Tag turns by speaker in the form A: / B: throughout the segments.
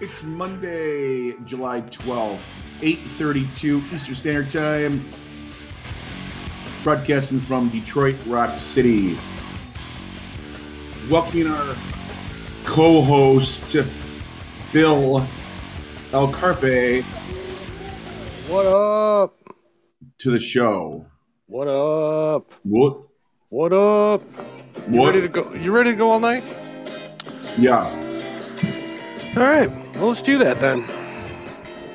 A: It's Monday, July 12th, 8:32 Eastern Standard Time. Broadcasting from Detroit Rock City. Welcoming our co-host Bill El Carpe
B: What up?
A: to the show.
B: What up?
A: What?
B: What up? You
A: What?
B: ready to go? You ready to go all night?
A: Yeah.
B: All right. Well, let's do that then.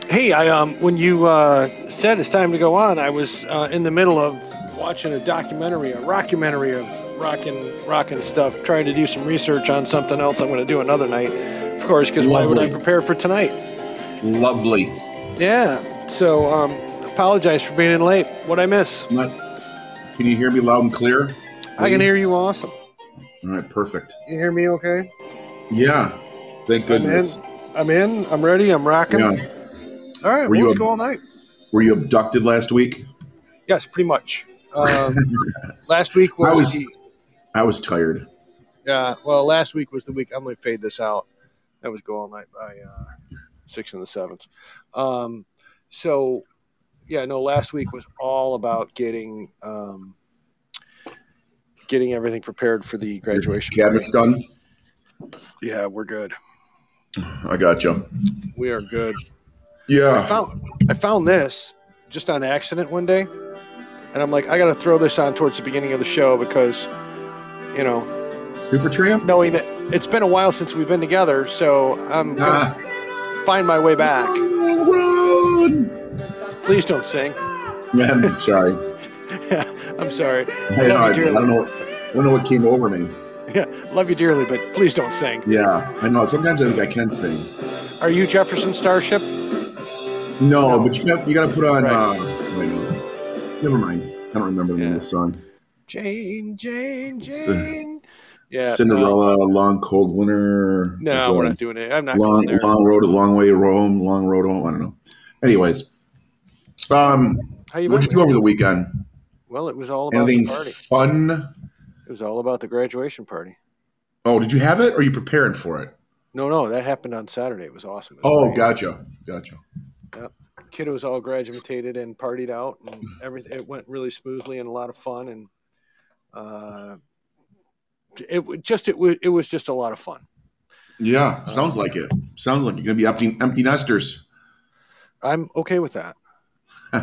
B: Hey, I um, when you uh, said it's time to go on, I was uh, in the middle of watching a documentary, a rockumentary of rockin' rockin' stuff, trying to do some research on something else I'm going to do another night, of course, because why would I
A: Lovely.
B: prepare for tonight?
A: Lovely.
B: Yeah. So, um, apologize for being in late. What I miss?
A: Not, can you hear me loud and clear?
B: I can hear you awesome.
A: All right, perfect.
B: You hear me okay?
A: Yeah. Thank goodness.
B: I'm in. I'm ready. I'm rocking.
A: Yeah.
B: All right,
A: Were
B: well,
A: you
B: let's
A: a-
B: go all night.
A: Were you abducted last week?
B: Yes, pretty much. Um, last week
A: I
B: was,
A: was-
B: the,
A: I was tired.
B: uh, well, last week was the week I'm going to fade this out. That was go all night by uh, six and the seventh. Um, so, yeah, no, last week was all about getting um, getting everything prepared for the graduation.
A: Cabinet's done.
B: party. Yeah, we're good.
A: I got you.
B: We are good. I
A: Yeah.
B: found I found this just on accident one day, and I'm like, I got to throw this on towards the beginning of the show because, you know,
A: Super Tramp?
B: knowing that it's been a while since we've been together, so I'm gonna
A: Ah.
B: find my way back.
A: Run.
B: Please don't sing.
A: Yeah, I'm sorry.
B: I'm sorry.
A: I, know, I, I don't know. What, I don't know what came over me.
B: Yeah, love you dearly, but please don't sing.
A: Yeah, I know. Sometimes I think I can sing.
B: Are you Jefferson Starship?
A: No,
B: No.
A: but you got you got to put on.
B: Right.
A: Uh, wait, no. Never mind. I don't remember the name of the song.
B: Jane, Jane, Jane. Yeah. No,
A: Cinderella, long cold winter. uh,
B: no we're not doing it. I'm not
A: long
B: going there.
A: long road, long way to Rome, long road home. I don't know. Anyways, um,
B: How you
A: what'd you
B: been?
A: do over the weekend?
B: Well, it was all about
A: Anything
B: the party.
A: fun?
B: It was all about the graduation party.
A: Oh, did you have it? Or are you preparing for it?
B: No, no, that happened on Saturday. It was awesome. It was
A: Oh,
B: great.
A: gotcha, gotcha.
B: Kiddos all graduated and partied out,
A: Hmm.
B: and everything. It went really smoothly and a lot of fun, and uh, it wa- just it was it was just a lot of fun.
A: Yeah, sounds like it. Sounds like you're gonna be empty, empty nesters.
B: I'm okay with that,
A: you're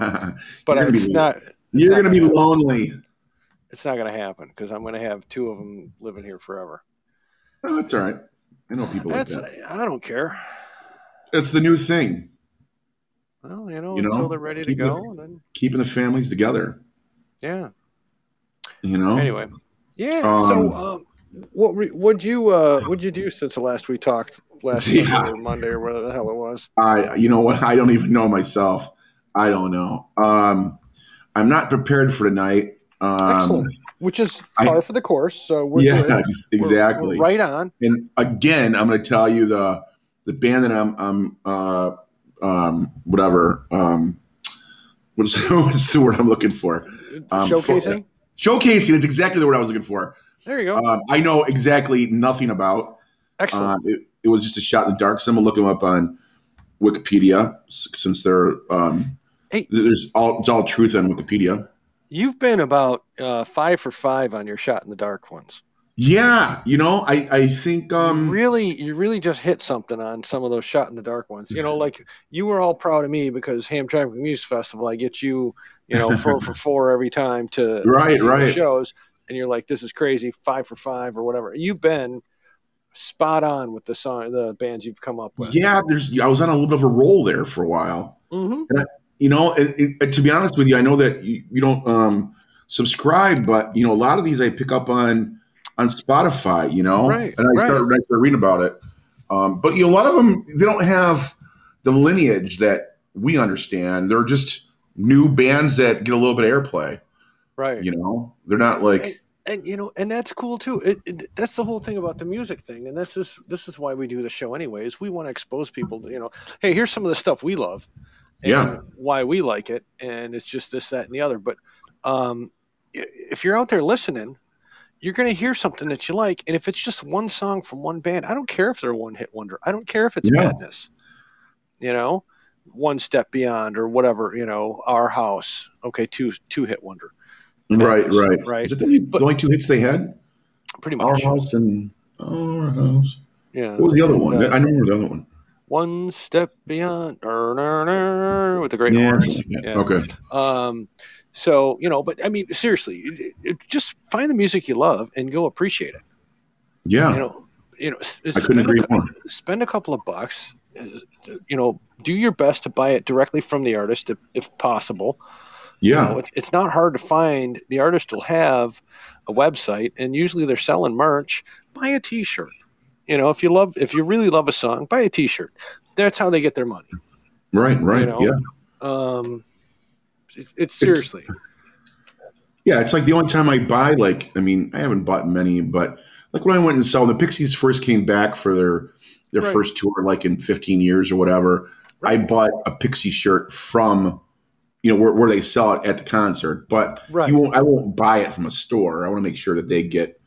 B: but
A: You're gonna
B: it's
A: be-
B: not not
A: gonna be
B: gonna
A: lonely.
B: it's not going to happen because I'm going to have two of them living here forever.
A: Oh, that's all right. I know people like
B: That's
A: that.
B: I don't care.
A: It's the new thing.
B: Well, you know,
A: You know,
B: until they're ready to
A: keep it-
B: go, then
A: Keeping the families together.
B: yeah.
A: You know.
B: Anyway, yeah.
A: Oh. Um,
B: so, um, what re- would you uh, would you do since the last we talked last
A: Yeah.
B: Sunday or Monday or whatever the hell it was?
A: I. You know what? I don't even know myself. I don't know. Um, I'm not prepared for tonight. Um,
B: Excellent. Which is
A: I-
B: par for the course. So we're
A: Yeah,
B: good.
A: ex-
B: We're-
A: exactly.
B: we're right on.
A: And again, I'm going to tell you the the band that I'm I'm uh, um, whatever um, what's what's the word I'm looking for? Um,
B: Showcasing.
A: Showcasing. It's exactly the word I was looking for.
B: there you go.
A: Um, I know exactly nothing about.
B: Excellent.
A: Uh, it, it was just a shot in the dark. So I'm gonna look them up on Wikipedia s- since they're um,
B: Hey.
A: there's all it's all truth on Wikipedia.
B: You've been about uh, five for five on your shot in the dark ones.
A: Yeah, you know, I I think um,
B: really, you really just hit something on some of those shot in the dark ones. You know, like you were all proud of me because Ham Traffic Music Festival, I get you, you know, four for four every time to
A: Right,
B: see the
A: right.
B: shows, and you're like, this is crazy, five for five or whatever. You've been spot on with the song, the bands you've come up with.
A: yeah, there's I was on a little bit of a roll there for a while.
B: hmm
A: you know and, and- and to be honest with you i know that you, you don't um subscribe but you know a lot of these i pick up on on spotify you know
B: Right,
A: and i
B: right.
A: start, I start reading about it um but you know a lot of them they don't have the lineage that we understand they're just new bands that get a little bit of airplay
B: Right.
A: you know they're not like
B: Hey. and you know and that's cool too it, it- that's the whole thing about the music thing and this is this is why we do the show anyways we want to expose people to you know hey here's some of the stuff we love and
A: Yeah.
B: why we like it and it's just this that and the other but um i- if you're out there listening you're going to hear something that you like. And if it's just one song from one band, I don't care if they're a one hit wonder. I don't care if it's
A: Yeah.
B: madness, you know, one step beyond or whatever, you know, our house. Okay. Two, two hit wonder,
A: Right,
B: Yes,
A: right,
B: right.
A: Is it the
B: But-
A: only two hits they had?
B: pretty
A: Our
B: much.
A: house and our house.
B: Yeah.
A: What was the other one?
B: Uh,
A: I don't remember the other one.
B: one step beyond er, er, er, with the great
A: Yeah,
B: horns.
A: something like that.
B: Yeah.
A: Okay.
B: Um, so you know, but I mean, seriously, it, it, just find the music you love and go appreciate it.
A: Yeah,
B: You know, you know, s-
A: I couldn't
B: spend a
A: agree
B: cou-
A: more.
B: Spend a couple of bucks. uh, You know, do your best to buy it directly from the artist if, if possible. You
A: Yeah,
B: know, it, it's not hard to find. The artist will have a website, and usually they're selling merch. Buy a T-shirt. You know, if you love, if you really love a song, buy a T-shirt. That's how they get their money.
A: right, right.
B: you know,
A: yeah,
B: Um, it's, it's seriously.
A: Yeah, it's like the only time I buy like I mean, I haven't bought many, but like when I went and saw when the Pixies first came back for their their
B: Right.
A: first tour like in 15 years or whatever, I bought a Pixie shirt from you know where, where they sell it at the concert, but
B: Right.
A: you won't I won't buy it from a store. I want to make sure that they get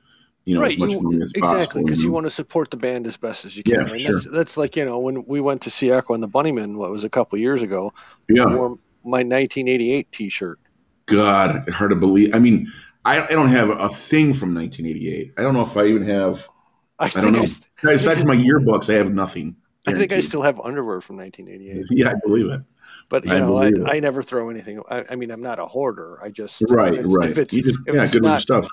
A: you know as
B: right,
A: much
B: you-
A: money as
B: exactly,
A: possible.
B: because you
A: know?
B: want to support the band as best as you
A: Yeah,
B: can.
A: for
B: and
A: sure.
B: that's, that's like you know when we went to see Echo and the Bunnymen, what was a couple years ago, I
A: yeah.
B: wore my 1988 T-shirt.
A: God, hard to believe. I mean, I, I don't have a thing from 1988. I don't know if I even have
B: I,
A: don't
B: think I,
A: know.
B: st-
A: aside from my yearbooks, I have nothing.
B: I think I
A: Guaranteed.
B: still have underwear from 1988,
A: Yeah, I believe it.
B: but you
A: I
B: know I,
A: believe it.
B: I never throw anything. I, I mean I'm not a hoarder. I just
A: Right,
B: if,
A: right.
B: If it's
A: you just,
B: if
A: yeah,
B: it's
A: good
B: not-
A: with your stuff.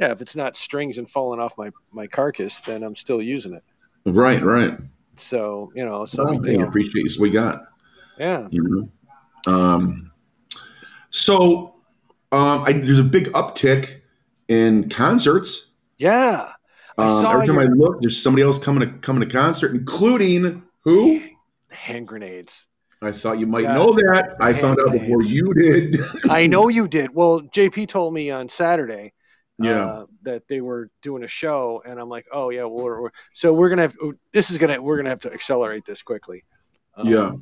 B: yeah, if it's not strings and falling off my my carcass, then I'm still using it.
A: Right, right.
B: So you know, so
A: So
B: we,
A: I
B: you know,
A: appreciate you. So we got
B: yeah,
A: you know. Um, so um, I, there's a big uptick in concerts.
B: yeah. I
A: Um,
B: saw
A: every time
B: your-
A: I look, there's somebody else coming to coming to concert, including who?
B: Hand grenades.
A: I thought you might
B: Yes.
A: know that. I found out before
B: Handmaids.
A: you did.
B: I know you did. Well, JP told me on Saturday
A: yeah,
B: uh, that they were doing a show, and I'm like, oh yeah, well, we're, we're, so we're gonna have this is gonna we're gonna have to accelerate this quickly. Um,
A: Yeah.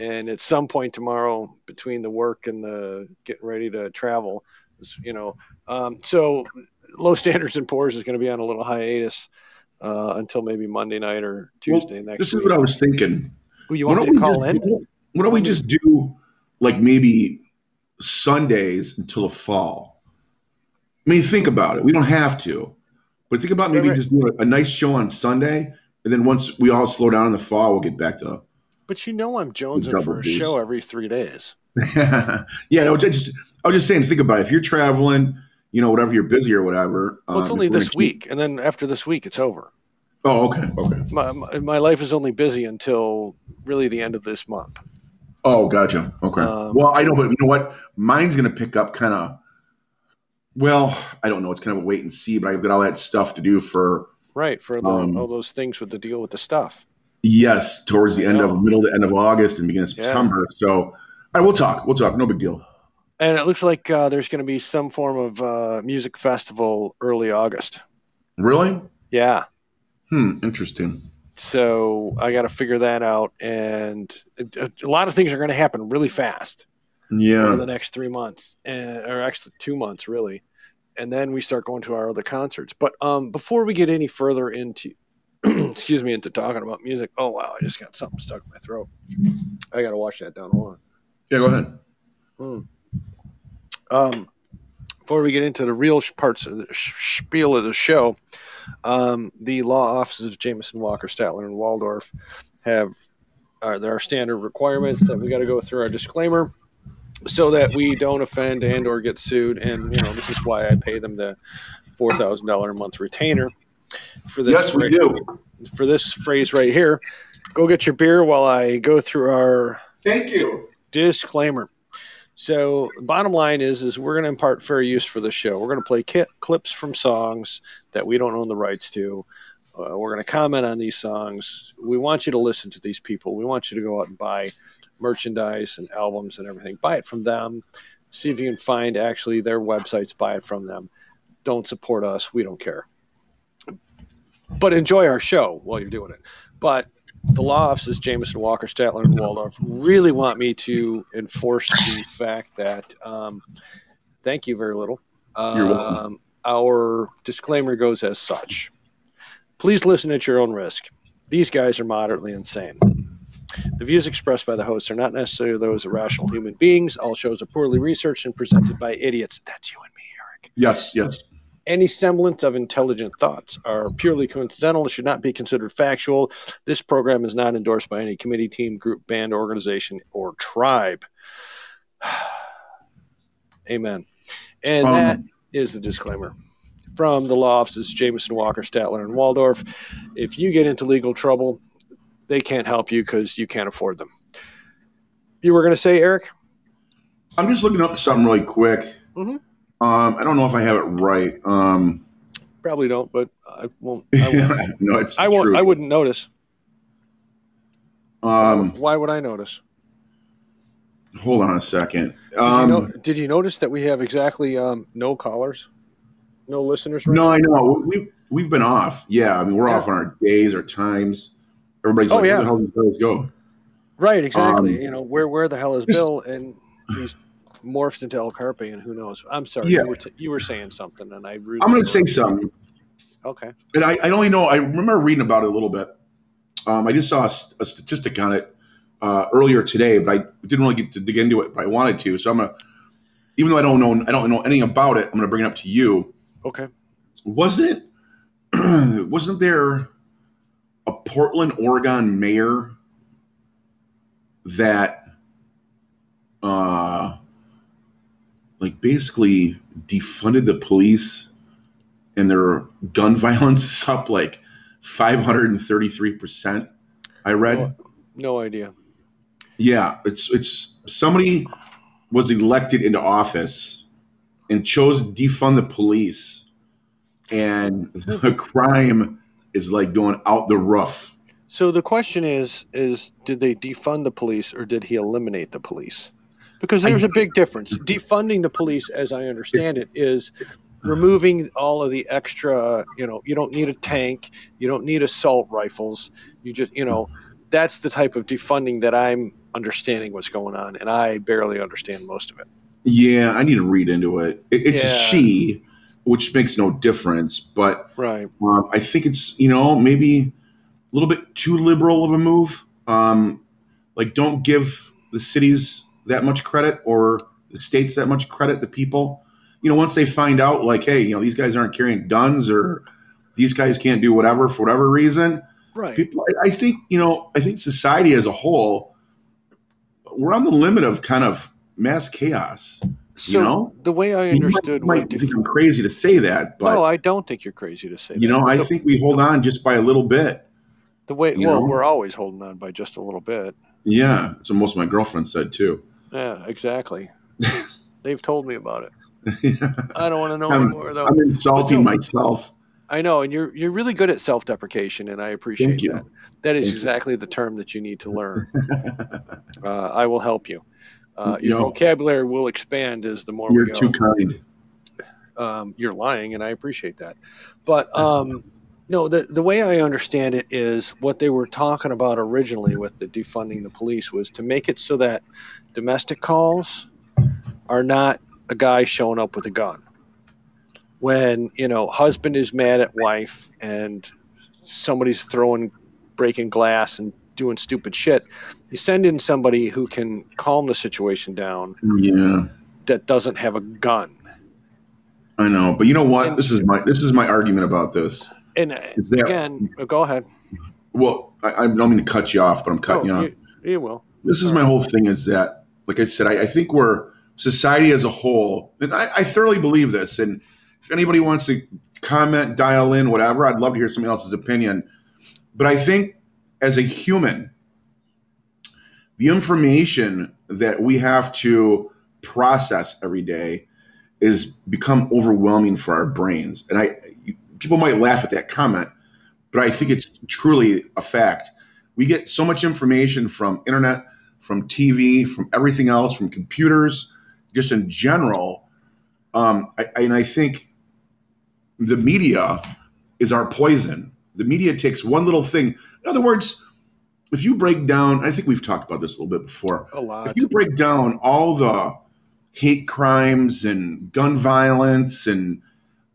B: And at some point tomorrow, between the work and the getting ready to travel, is, you know, um, so low standards and pours is going to be on a little hiatus uh, until maybe Monday night or
A: Well,
B: Tuesday next
A: this is
B: week.
A: what I was thinking.
B: Who you
A: Why
B: want
A: don't
B: me to
A: we
B: call in?
A: just do- Why don't we just do like maybe Sundays until the fall? I mean, think about it. We don't have to, but think about maybe
B: Right, right.
A: just doing a, a nice show on Sunday, and then once we all slow down in the fall, we'll get back to.
B: But you know, I'm jonesing
A: Double
B: for a
A: D's.
B: show every three days.
A: yeah, no, just I was just saying. Think about it. if you're traveling, you know, whatever you're busy or whatever.
B: Well, it's
A: um,
B: only
A: if we're
B: this
A: gonna keep-
B: week, and then after this week, it's over.
A: Oh, okay, okay.
B: my, my my life is only busy until really the end of this month.
A: Oh, gotcha. Okay.
B: Um,
A: well, I know, but you know what? Mine's going to pick up kind of. Well, I don't know. It's kind of a wait and see, but I've got all that stuff to do for
B: Right for the,
A: Um,
B: all those things with the deal with the stuff.
A: yes towards the end
B: Yeah.
A: of middle to end of August and beginning of
B: Yeah.
A: September. So, all right, we'll talk. We'll talk. No big deal.
B: And it looks like uh, there's going to be some form of uh, music festival early August.
A: Really?
B: Yeah,
A: Hmm. Interesting.
B: so I got to figure that out, and a, a lot of things are going to happen really fast over
A: Yeah.
B: the next three months, and, or actually two months really, and then we start going to our other concerts. But um, before we get any further into, excuse me, into talking about music, oh wow, I just got something stuck in my throat. I got to wash that down. Hold
A: Yeah. Go ahead.
B: on. Um, before we get into the real sh- parts of the sh- spiel of the show, um, the law offices of Jameson Walker, Statler, and Waldorf have uh, there are standard requirements that we got to go through our disclaimer so that we don't offend and or get sued and you know this is why i pay them the $4000 a month retainer for this
A: Yes, we
B: right-
A: do.
B: for this phrase right here go get your beer while i go through our
A: Thank you.
B: disclaimer. So, bottom line is, is we're going to impart fair use for the show. We're going to play ki- clips from songs that we don't own the rights to. Uh, we're going to comment on these songs. We want you to listen to these people. We want you to go out and buy merchandise and albums and everything. Buy it from them. See if you can find actually their websites. Buy it from them. Don't support us. We don't care. But enjoy our show while you're doing it. But the law offices, Jameson Walker, Statler, and Waldorf, really want me to enforce the fact that um, thank you very little. Um,
A: You're welcome.
B: our disclaimer goes as such. Please listen at your own risk. These guys are moderately insane. The views expressed by the hosts are not necessarily those of rational human beings. All shows are poorly researched and presented by idiots. That's you and me, Eric.
A: Yes, yes.
B: Any semblance of intelligent thoughts are purely coincidental and should not be considered factual. This program is not endorsed by any committee, team, group, band, organization, or tribe. Amen. And
A: Um,
B: that is the disclaimer. From the law offices, Jameson Walker, Statler, and Waldorf. If you get into legal trouble, they can't help you because you can't afford them. You were going to say, Eric?
A: I'm just looking up something really quick.
B: Mhm.
A: Um, I don't know if I have it right. Um,
B: Probably don't, but I won't. I won't.
A: no, it's
B: I, won't,
A: true.
B: I wouldn't notice.
A: Um,
B: Why would I notice?
A: hold on a second.
B: Did,
A: Um,
B: you, know, did you notice that we have exactly um, no callers, no listeners? right
A: No, I know. We've we've been off. Yeah, I mean we're
B: Yeah.
A: off on our days, our times. Everybody's
B: Oh,
A: like,
B: yeah.
A: where the hell did those go?
B: Right, exactly.
A: Um,
B: you know, where where the hell is
A: just-
B: Bill? And he's morphed into El Carpe, and who knows? I'm sorry,
A: Yeah.
B: you, were t- you were saying something, and I really
A: I'm going to say something,
B: okay.
A: and I, I only know I remember reading about it a little bit. Um, I just saw a, st- a statistic on it uh, earlier today, but I didn't really get to dig into it, but I wanted to. So I'm gonna, even though I don't know I don't know anything about it, I'm gonna bring it up to you.
B: Okay,
A: Wasn't it, wasn't there a Portland, Oregon mayor that uh like basically defunded the police and their gun violence is up like 533%. I read.
B: Oh. no idea.
A: Yeah, it's it's somebody was elected into office and chose to defund the police, and the crime is like going out the roof.
B: So the question is: is did they defund the police, or did he eliminate the police? Because
A: I-
B: there's a big difference. Defunding the police, as I understand it, is removing all of the extra. You know, you don't need a tank, you don't need assault rifles. You just, you know, that's the type of defunding that I'm understanding what's going on, and I barely understand most of it.
A: Yeah, I need to read into it. it it's a
B: Yeah.
A: she, which makes no difference, but
B: Right.
A: um, I think it's you know maybe a little bit too liberal of a move. Um, like, don't give the cities that much credit or the states that much credit. The people, you know, once they find out, like, hey, you know, these guys aren't carrying guns or these guys can't do whatever for whatever reason.
B: Right.
A: People, I, I think, you know, I think society as a whole, we're on the limit of kind of mass chaos.
B: so
A: you know?
B: the way I
A: You might-
B: understood
A: you might,
B: what
A: think
B: def-
A: I'm crazy to say that, but
B: no, I don't think you're crazy to say
A: you
B: that.
A: know,
B: But
A: I
B: the,
A: think we hold on just by a little bit.
B: the way
A: you
B: well,
A: know?
B: we're always holding on by just a little bit.
A: Yeah, so most of my girlfriends said too.
B: Yeah, exactly. They've told me about it.
A: I'm
B: I don't want to know
A: Um,
B: anymore, though.
A: insulting myself.
B: I know, and you're you're really good at self-deprecation, and I appreciate
A: Thank you.
B: that. That is
A: Thank you.
B: exactly the term that you need to learn. uh, I will help you. Uh,
A: You
B: your
A: know-
B: vocabulary will expand as the more
A: You're
B: we go.
A: too kind.
B: um, you're lying, and I appreciate that. But um, no, the the way I understand it is what they were talking about originally with the defunding the police was to make it so that domestic calls are not a guy showing up with a gun. When you know husband is mad at wife and somebody's throwing breaking glass and doing stupid shit, you send in somebody who can calm the situation down
A: Yeah,
B: that doesn't have a gun.
A: I know. But you know what? This is my this is my argument about this.
B: And uh,
A: Is that
B: again, oh, go ahead.
A: well? I, I don't mean to cut you off, but I'm cutting
B: Oh,
A: you off.
B: You, you will.
A: This is my whole thing is that, like I said, I, I think we're society as a whole, and I, I thoroughly believe this. And if anybody wants to comment, dial in, whatever, I'd love to hear somebody else's opinion. But I think as a human, the information that we have to process every day is become overwhelming for our brains. And I, you- people might laugh at that comment, but I think it's truly a fact. We get so much information from internet, from TV, from everything else, from computers, just in general. Um, I, I- and I think the media is our poison. The media takes one little thing. In other words, if you break down, I think we've talked about this a little bit before.
B: A lot.
A: If you break down all the hate crimes and gun violence and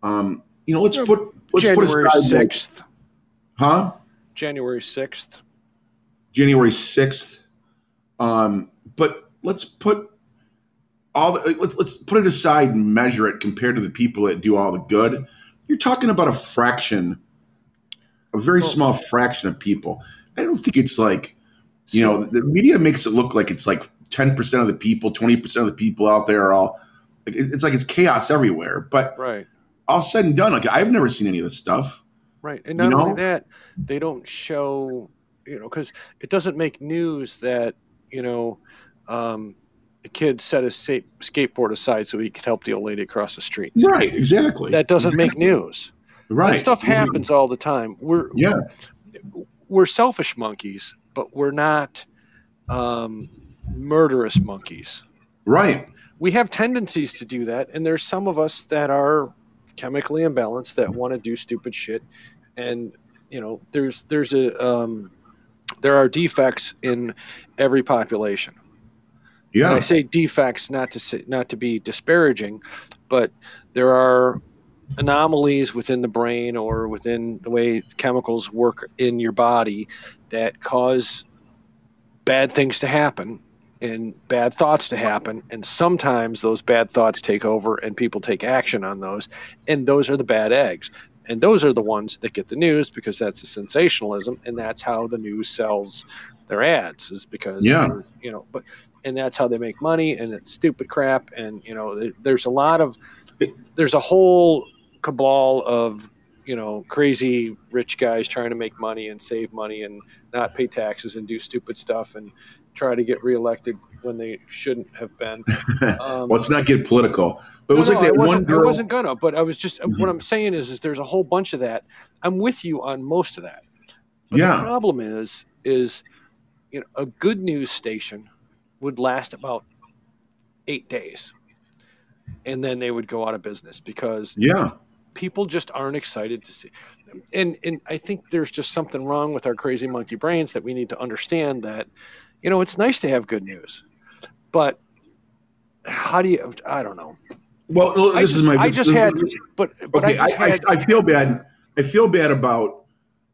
A: Um, you know, let's put let's
B: January
A: put aside, like,
B: sixth.
A: huh?
B: January sixth.
A: January sixth. Um, but let's put all the, let's, let's put it aside and measure it compared to the people that do all the good. You're talking about a fraction, a very
B: Well-
A: small fraction of people. I don't think it's like you know the media makes it look like it's like ten percent of the people, twenty percent of the people out there are all. Like, it- it's like it's chaos everywhere, but
B: Right.
A: all said and done, like I've never seen any of this stuff.
B: Right. And
A: You
B: not only
A: know?
B: that, they don't show, you know, because it doesn't make news that, you know, um, a kid set his sa- skateboard aside so he could help the old lady across the street.
A: Right, exactly.
B: That doesn't make news.
A: right.
B: That stuff happens all the time. We're
A: Yeah.
B: we're selfish monkeys, but we're not um, murderous monkeys.
A: Right.
B: We have tendencies to do that, and there's some of us that are chemically imbalanced that want to do stupid shit, and you know, there's there's a um, there are defects in every population. And I
A: Yeah.
B: say defects not to say, not to be disparaging, but there are anomalies within the brain or within the way chemicals work in your body that cause bad things to happen and bad thoughts to happen and sometimes those bad thoughts take over and people take action on those and those are the bad eggs and those are the ones that get the news because that's a sensationalism and that's how the news sells their ads is because
A: Yeah.
B: there's- you know but and that's how they make money and it's stupid crap and you know th- there's a lot of there's a whole cabal of you know crazy rich guys trying to make money and save money and not pay taxes and do stupid stuff and try to get reelected when they shouldn't have been. Um,
A: Let's not get political. But it
B: no,
A: was
B: no,
A: like
B: I
A: that one
B: wasn't- I
A: girl. Mm-hmm.
B: wasn't gonna, but I was just what I'm saying is, is there's a whole bunch of that. I'm with you on most of that. But The
A: yeah.
B: problem is, is you know, a good news station would last about eight days, and then they would go out of business because
A: Yeah.
B: people just aren't excited to see and and i think there's just something wrong with our crazy monkey brains that we need to understand that you know it's nice to have good news but how do you i don't know
A: Well, no, this
B: I
A: is
B: just-
A: my.
B: I
A: this-
B: just
A: this-
B: had- but but
A: Okay,
B: i
A: I,
B: just had
A: I, I feel bad. I feel bad about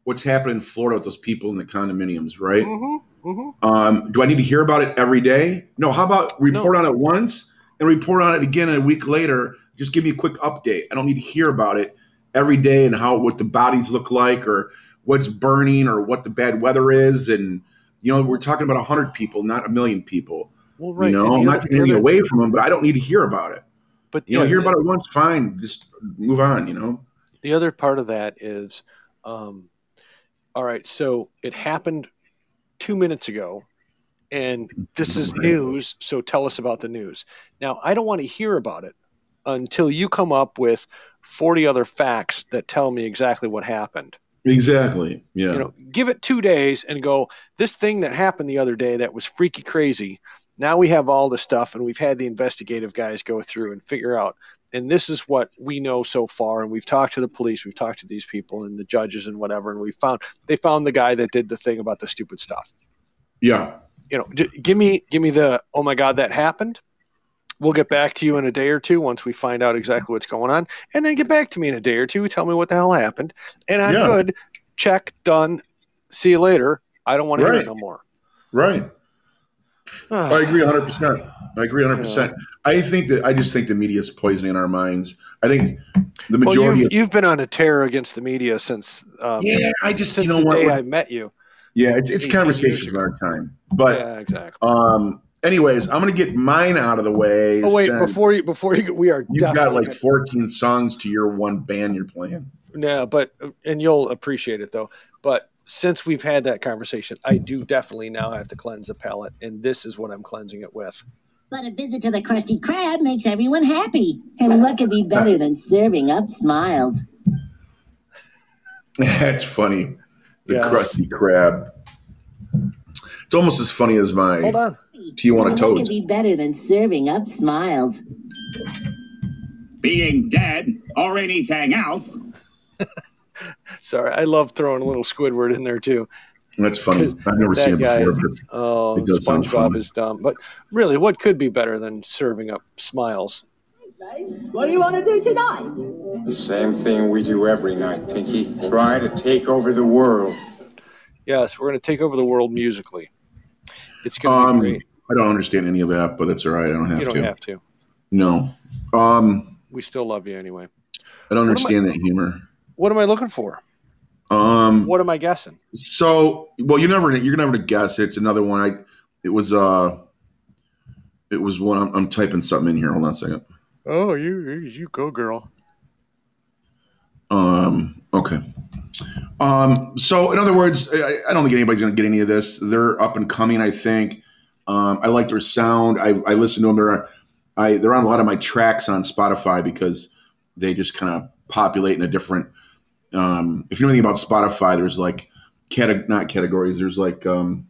A: what's happening in Florida with those people in the condominiums, right?
B: Mhm, mhm.
A: Um, do I need to hear about it every day? No. How about report on it once and report on it again a week later? Just give me a quick update. I don't need to hear about it every day and how what the bodies look like or what's burning or what the bad weather is. And you know, we're talking about hundred people, not a million people.
B: well right
A: You know,
B: and the
A: I'm
B: other-
A: not
B: the
A: taking anything
B: other-
A: away from them, but I don't need to hear about it.
B: but the
A: You know, hear
B: other-
A: about it once, fine. Just move on. You know.
B: the other part of that is um, all right so it happened two minutes ago and this is
A: Right.
B: news so tell us about the news now i don't want to hear about it until you come up with 40 other facts that tell me exactly what happened
A: Exactly. Yeah.
B: you know give it two days and go this thing that happened the other day that was freaky crazy now we have all the stuff and we've had the investigative guys go through and figure out and this is what we know so far and we've talked to the police we've talked to these people and the judges and whatever and we found they found the guy that did the thing about the stupid stuff
A: yeah.
B: you know j- give me give me the oh my god that happened we'll get back to you in a day or two once we find out exactly what's going on and then get back to me in a day or two tell me what the hell happened and i'm
A: Yeah.
B: good check done see you later i don't want to hear
A: Right.
B: it no more
A: Right. I agree 100. percent I agree 100. percent I think that I just think the media is poisoning our minds. I think the
B: well,
A: majority.
B: you've, you've been on a tear against the media since um,
A: of, yeah, I just
B: since
A: you know
B: the
A: what?
B: day
A: what-
B: i met you
A: yeah, it's it's
B: 18 years
A: conversations
B: ago.
A: in our time. But
B: yeah exactly
A: um, anyways, I'm gonna get mine out of the way.
B: oh wait
A: since
B: before you before you we are
A: you've got
B: definitely
A: like 14 songs to your one band you're playing.
B: No, but and you'll appreciate it though. But since we've had that conversation, I do definitely now have to cleanse the palate, and this is what I'm cleansing it with.
C: But a visit to the Krusty Krab makes everyone happy. And what could be better than serving up smiles?
A: That's funny. The
B: Yeah.
A: Krusty Krab. It's almost as funny as
B: Hold
A: my
B: on.
A: Tijuana
C: And What could
A: Toads.
C: be better than serving up smiles?
D: being dead or anything else.
B: Sorry, I love throwing a little Squidward in there too.
A: That's funny. I've never
B: That
A: seen it
B: guy-
A: before. But
B: Oh,
A: It does sound
B: SpongeBob
A: fun.
B: is dumb, but really, what could be better than serving up smiles?
E: What do you want to do tonight?
F: The same thing we do every night, Pinky. Try to take over the world.
B: Yes, we're going to take over the world musically. It's going to
A: Um,
B: be great.
A: I don't understand any of that, but that's all right. I don't have
B: You don't
A: to.
B: have to.
A: No, um,
B: We still love you anyway.
A: I don't
B: am I-
A: understand that humor.
B: What am I looking for?
A: Um,
B: What am I guessing?
A: So, well, you're never you're never gonna guess. It's another one. I it was uh, it was one. I'm, I'm typing something in here. Hold on a second.
B: Oh, you you go, girl.
A: Um, okay. Um, so in other words, I, I don't think anybody's gonna get any of this. They're up and coming. I think. Um, I like their sound. I, I listen to them. They're I they're on a lot of my tracks on Spotify because they just kind of populate in a different. Um, if you know anything about Spotify, there's like cate- not categories. There's like um,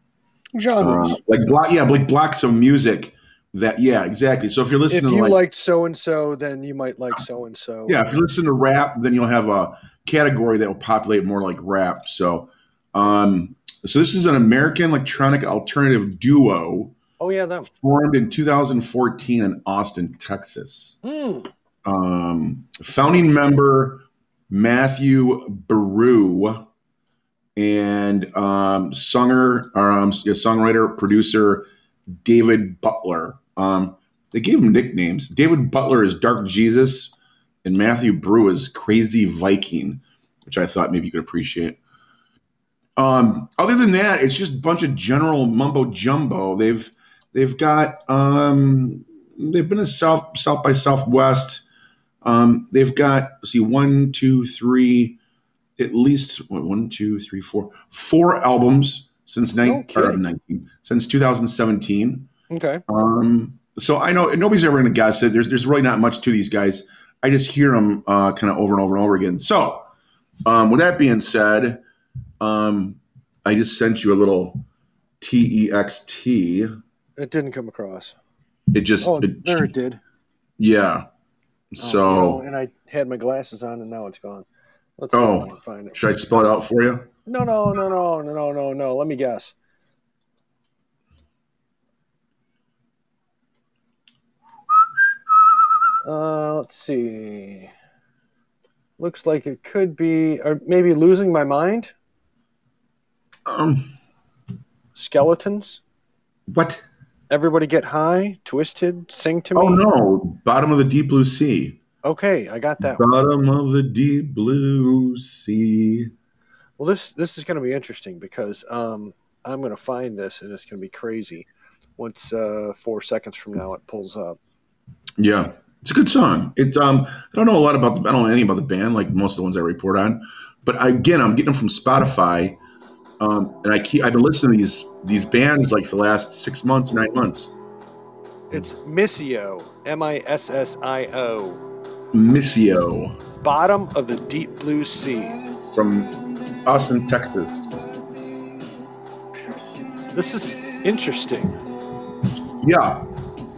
B: Genres.
A: Uh, like block, yeah, like blocks of music. That yeah, exactly. So if you're
B: if
A: listening
B: you
A: to like,
B: liked so and so, then you might like so and so.
A: yeah, if you listen to rap, then you'll have a category that will populate more like rap. So, um, so this is an American electronic alternative duo
B: Oh yeah, them.
A: formed in 2014 in Austin, Texas.
B: Hmm.
A: Um, founding member Matthew Baru and um, singer, or, um, yeah, songwriter, producer David Butler. Um, they gave him nicknames. David Butler is Dark Jesus, and Matthew Brew is Crazy Viking, which I thought maybe you could appreciate. Um, other than that, it's just a bunch of general mumbo jumbo. They've they've got um, they've been to South South by Southwest. Um, they've got let's see one two three at least what, one two three four four albums since nine,
B: No
A: or
B: kidding.
A: 19 since 2017.
B: Okay.
A: Um, so I know nobody's ever going to guess it. There's there's really not much to these guys. I just hear them uh, kind of over and over and over again. So um, with that being said, um, I just sent you a little T E X T.
B: It didn't come across.
A: It just
B: Oh,
A: it-
B: there it did.
A: yeah.
B: Oh,
A: So
B: no, and I had my glasses on, and now it's gone. Let's see
A: Oh.
B: if I can find it.
A: should I spell it out for you?
B: No, no, no, no, no, no, no, no. Let me guess. Uh, let's see. Looks like it could be, or maybe losing my mind.
A: Um,
B: Skeletons.
A: what?
B: Everybody get high, twisted, sing to me.
A: Oh no! Bottom of the deep blue sea.
B: Okay, I got that. One.
A: Bottom of the deep blue sea.
B: Well, this this is going to be interesting because um, I'm going to find this and it's going to be crazy. Once uh, four seconds from now, it pulls up.
A: Yeah, it's a good song. It's um, I don't know a lot about the I don't know anything about the band like most of the ones I report on, but again, I'm getting them from Spotify, um, and I keep I've been listening to these these bands like for the last six months, nine months.
B: It's Missio, M I S S I O,
A: Missio
B: bottom of the deep blue sea.
A: from Austin, Texas.
B: This is interesting.
A: Yeah,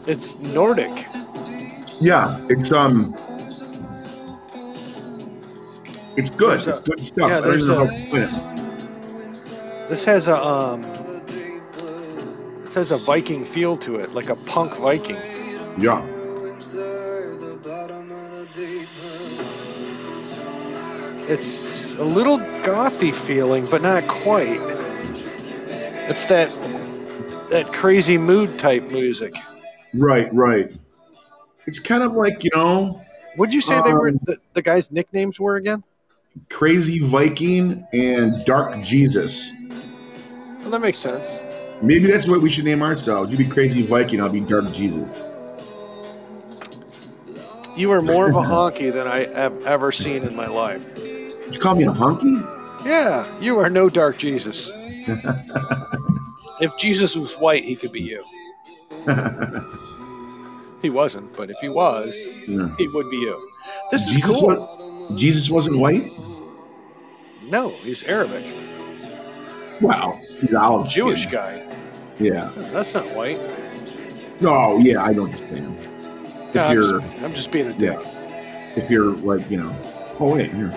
B: It's Nordic.
A: yeah, it's um, it's good. It's good stuff.
B: Yeah,
A: I don't even
B: there's
A: know
B: a-
A: how to explain it.
B: This has a um, this has a Viking feel to it, like a punk Viking.
A: Yeah.
B: It's a little gothy feeling, but not quite. It's that that crazy mood type music.
A: Right, right. It's kind of like you know,
B: Would you say they were
A: Um,
B: the, the guys' nicknames were again?
A: crazy Viking and Dark Jesus.
B: Well, that makes sense.
A: Maybe that's what we should name ourselves. You be crazy Viking, I'll be Dark Jesus.
B: You are more of a honky than I have ever seen in my life.
A: Did you call me a honky?
B: Yeah, you are no dark Jesus. if Jesus was white, he could be you. He wasn't, but if he was,
A: Yeah.
B: he would be you. This is
A: Jesus,
B: cool.
A: wa- Jesus wasn't white.
B: no, he's Arabic,
A: Wow, he's olive
B: Jewish
A: skin.
B: guy.
A: Yeah.
B: That's not white.
A: No, yeah, I don't understand. If
B: No, I'm,
A: you're,
B: just, I'm just being a dick.
A: yeah, if you're like you know, oh wait, here.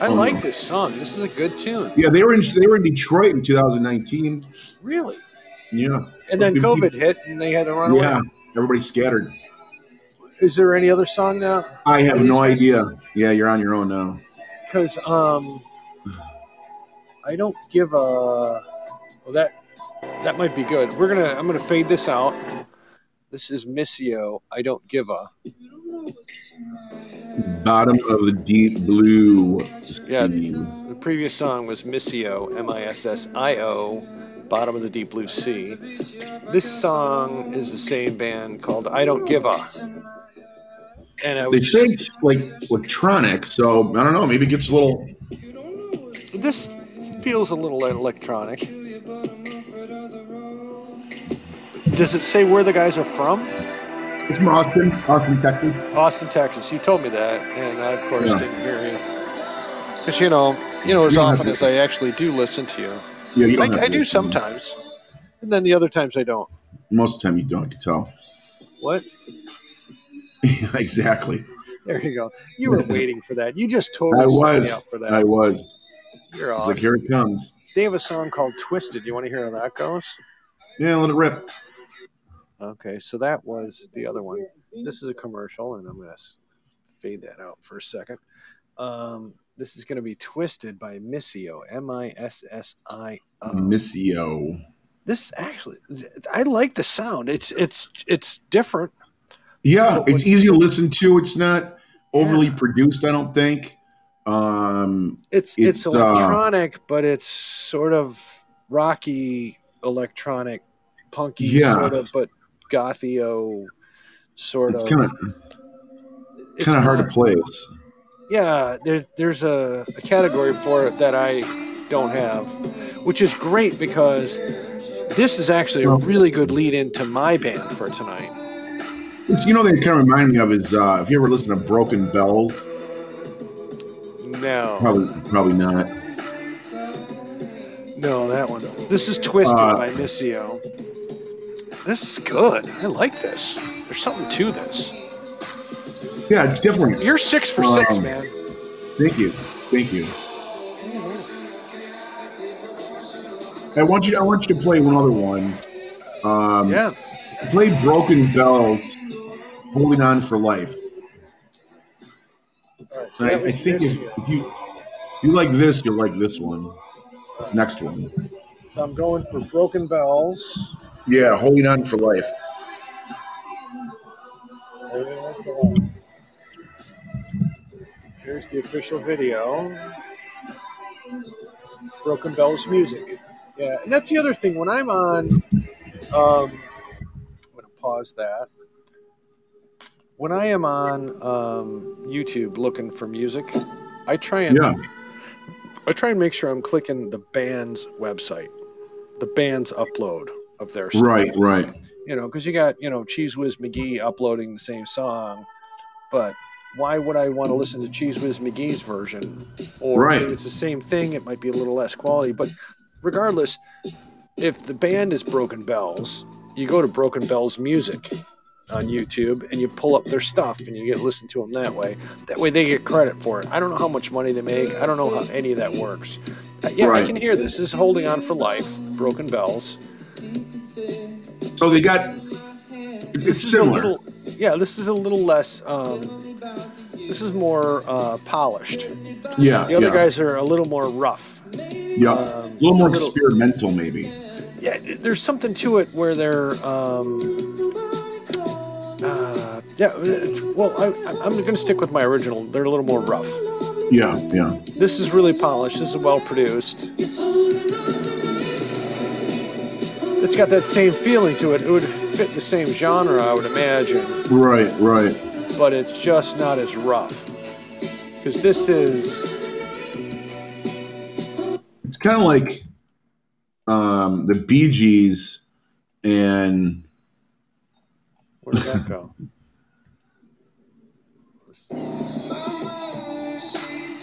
B: I
A: Oh,
B: like
A: no.
B: this song. This is a good tune.
A: yeah, they were in they were in Detroit in 2019.
B: Really.
A: Yeah,
B: And then
A: Fucking
B: COVID hit, and they had to run
A: yeah,
B: away.
A: everybody scattered.
B: is there any other song now?
A: I have
B: Are these
A: no
B: guys-
A: idea. Yeah, you're on your own now.
B: Because um, I don't give a. Well, that that might be good. We're gonna. I'm gonna fade this out. This is Missio. I don't give a.
A: Bottom of the deep blue.
B: Yeah.
A: sea.
B: The previous song was Missio, M I S S I O, Bottom of the Deep Blue Sea. This song is the same band called I Don't Give a. And I
A: They
B: was
A: say it's like electronic, so I don't know. Maybe it gets a little.
B: this feels a little electronic. Does it say where the guys are from?
A: It's from Austin, Austin, Texas.
B: Austin, Texas. You told me that, and I of course
A: Yeah.
B: didn't hear you. Because you know, you know, as
A: You don't
B: often
A: have
B: as I actually do listen to you,
A: Yeah, you don't
B: like
A: have
B: I
A: to
B: do
A: listen.
B: sometimes, and then the other times I don't.
A: Most of the time, you don't. I can tell.
B: What?
A: Yeah, exactly.
B: There you go. You were waiting for that. You just totally
A: I
B: set me
A: was.
B: up for that.
A: I was.
B: You're
A: It's
B: awesome.
A: like here it comes.
B: they have a song called "Twisted." You want to hear how that goes?
A: Yeah, let it rip.
B: Okay, so that was the other one. This is a commercial, and I'm going to fade that out for a second. Um, this is going to be "Twisted" by Missio. M I S S I O.
A: Missio.
B: This actually, I like the sound. It's it's it's different.
A: Yeah, it's easy to listen to. It's not overly produced, I don't think. Um,
B: It's
A: It's,
B: it's,
A: uh,
B: electronic, but it's sort of rocky electronic, punky
A: Yeah.
B: sort of, but gothio sort
A: it's
B: of.
A: kind of
B: it's
A: kind of hard to
B: not-
A: place.
B: yeah there, there's a, a category for it that i don't have which is great because this is actually a really good lead into my band for tonight
A: It's, you know, they kind of remind me of is uh, if you ever listen to Broken Bells,
B: no
A: probably probably not.
B: no that one this is twisted
A: Uh,
B: by missio this is good i like this there's something to this
A: Yeah, it's different.
B: you're six for six
A: Um,
B: man
A: Thank you, thank you. I want you. I want you to play one other one. Um,
B: yeah
A: Play Broken Bells, Holding On for Life. And I, I think if, if you if you like this, you'll like this one. This next one.
B: i'm going for broken bells
A: Yeah, Holding On for Life.
B: Here's the official video. Broken Bells music. Yeah, and that's the other thing. When I'm on, um, I'm gonna pause that. When I am on um, YouTube looking for music, I try and
A: Yeah.
B: I try and make sure I'm clicking the band's website, the band's upload of their stuff
A: Right, right.
B: you know, because you got you know Cheese Whiz McGee uploading the same song, but why would I want to listen to Cheese Whiz McGee's version? Or
A: Right.
B: maybe it's the same thing. It might be a little less quality, but regardless, if the band is Broken Bells, you go to Broken Bells Music on YouTube and you pull up their stuff and you get to listen to them that way. That way they get credit for it. I don't know how much money they make. I don't know how any of that works. Uh, Yeah, I
A: Right.
B: can hear this. This is holding on for life. Broken Bells.
A: So they got. It's
B: is a
A: similar.
B: little- yeah, this is a little less. Um, this is more uh, polished.
A: yeah.
B: The other
A: yeah.
B: guys are a little more rough.
A: Yeah. a
B: um,
A: little more
B: a little-
A: experimental, maybe.
B: Yeah, there's something to it where they're. Um, uh, yeah, well, I, I'm going to stick with my original. They're a little more rough.
A: Yeah. Yeah.
B: This is really polished. This is well produced. It's got that same feeling to it. It would fit the same genre, I would imagine.
A: Right. Right.
B: but it's just not as rough. Because this is
A: It's kind of like um, the Bee Gees and
B: where did that go?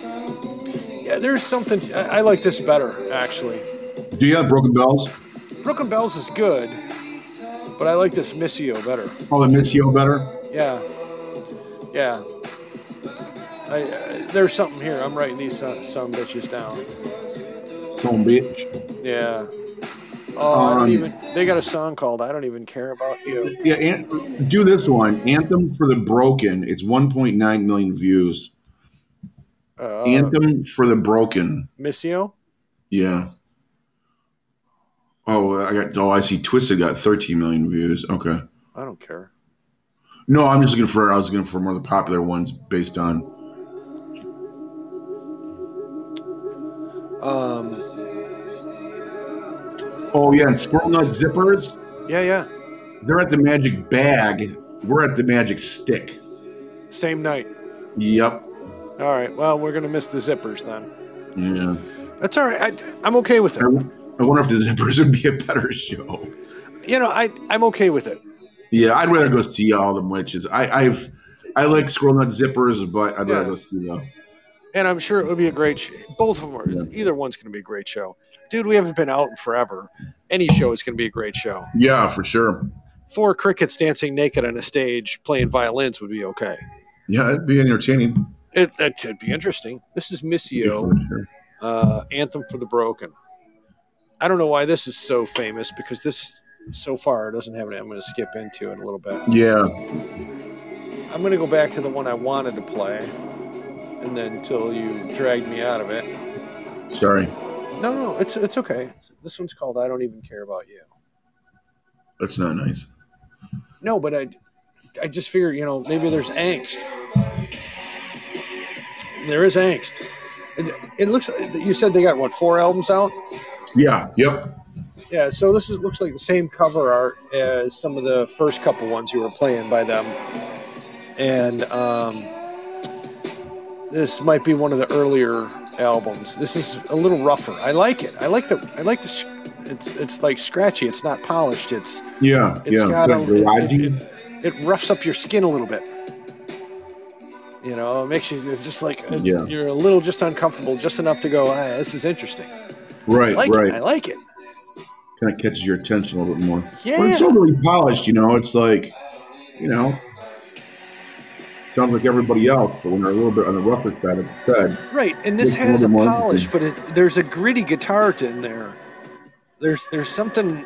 B: Yeah, there's something I, I like this better actually.
A: do you have Broken Bells?
B: Brooklyn Bells is good, but I like this Missio better.
A: Oh, the Missio better.
B: Yeah, yeah. I, uh, there's something here. I'm writing these some, some bitches down.
A: Some bitch.
B: Yeah. Oh, I don't
A: Um,
B: even. They got a song called "I Don't Even Care About You."
A: Yeah, an- do this one. Anthem for the Broken. It's 1.9 million views.
B: Uh,
A: Anthem for the Broken.
B: Missio.
A: Yeah. Oh, I got. Oh, I see. Twisted got 13 million views. Okay.
B: I don't care.
A: No, I'm just looking for. I was looking for more of the popular ones based on.
B: Um,
A: Oh yeah, and Squirrel Nut Zippers.
B: yeah, yeah.
A: They're at the Magic Bag. We're at the Magic Stick.
B: Same night.
A: Yep.
B: All right. Well, we're gonna miss the zippers then.
A: Yeah.
B: That's all right. I, am okay with
A: I,
B: it.
A: I wonder if the Zippers would be a better show.
B: You know, I I'm okay with it.
A: Yeah, I'd rather go see all them witches. I, I've I like Squirrel Nut Zippers, but I'd rather
B: Yeah.
A: go see uh, them.
B: And I'm sure it would be a great. Sh- both of them are.
A: Yeah.
B: Either one's gonna be a great show. Dude, we haven't been out in forever. Any show is gonna be a great show.
A: Yeah, for sure.
B: Four crickets dancing naked on a stage playing violins would be okay.
A: Yeah, it'd be entertaining.
B: It, that would be interesting. This is Missio.
A: For sure.
B: uh, Anthem for the Broken. I don't know why this is so famous because this so far doesn't have it. I'm going to skip into it a little bit.
A: Yeah.
B: I'm going to go back to the one I wanted to play, and then until you dragged me out of it.
A: Sorry.
B: No, no, it's it's okay. This one's called "I Don't Even Care About You."
A: That's not nice.
B: No, but I, I just figure you know maybe there's angst. There is angst. It, it looks. You said they got what four albums out.
A: Yeah. Yep.
B: Yeah, so this is looks like the same cover art as some of the first couple ones you were playing by them, and um, this might be one of the earlier albums. This is a little rougher. I like it. I like the. I like the. sh- It's it's like scratchy. It's not polished. It's
A: Yeah.
B: it's
A: yeah.
B: got a,
A: Like garagey.
B: it, it, it roughs up your skin a little bit. You know, it makes you it's just like it's-
A: Yeah.
B: you're a little just uncomfortable, just enough to go, ah, this is interesting. I
A: right.
B: like
A: right.
B: it. I like it.
A: Kind of catches your attention a little bit more.
B: Yeah.
A: But it's overly polished, you know. It's like, you know, sounds like everybody else, but when they're a little bit on the rougher side, like I said,
B: Right, and this
A: It's
B: has a
A: more than one
B: polish,
A: thing.
B: but it, there's a gritty guitar to in there. There's there's something,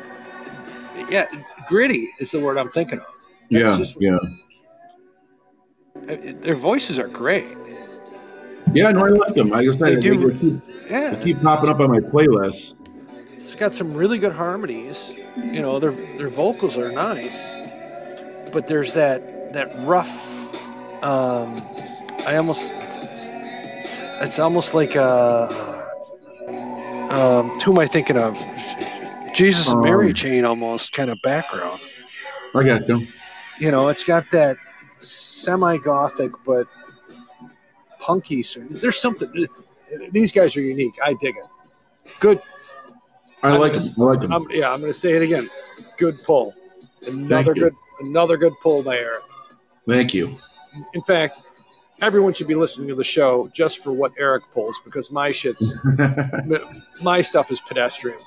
B: yeah, gritty is the word I'm thinking of. That's
A: yeah,
B: just-
A: yeah,
B: Uh, Their voices are great.
A: yeah. No, I like them. I just I,
B: They
A: they,
B: do-
A: they keep,
B: Yeah,
A: they keep popping up on my playlist.
B: it's got some really good harmonies. You know, their their vocals are nice, but there's that that rough. Um, I almost it's, it's almost like uh um, who am I thinking of? Jesus and Mary
A: Um,
B: chain almost kind of background.
A: I got them.
B: you know, it's got that semi gothic but punky. So there's something. These guys are unique. I dig it. Good.
A: I
B: I'm
A: like them.
B: just-
A: I like them.
B: I'm, yeah, I'm going to say it again. Good pull. Another
A: Thank you.
B: good. Another good pull by Eric.
A: Thank you.
B: In fact, everyone should be listening to the show just for what Eric pulls because my shit's my stuff is pedestrian.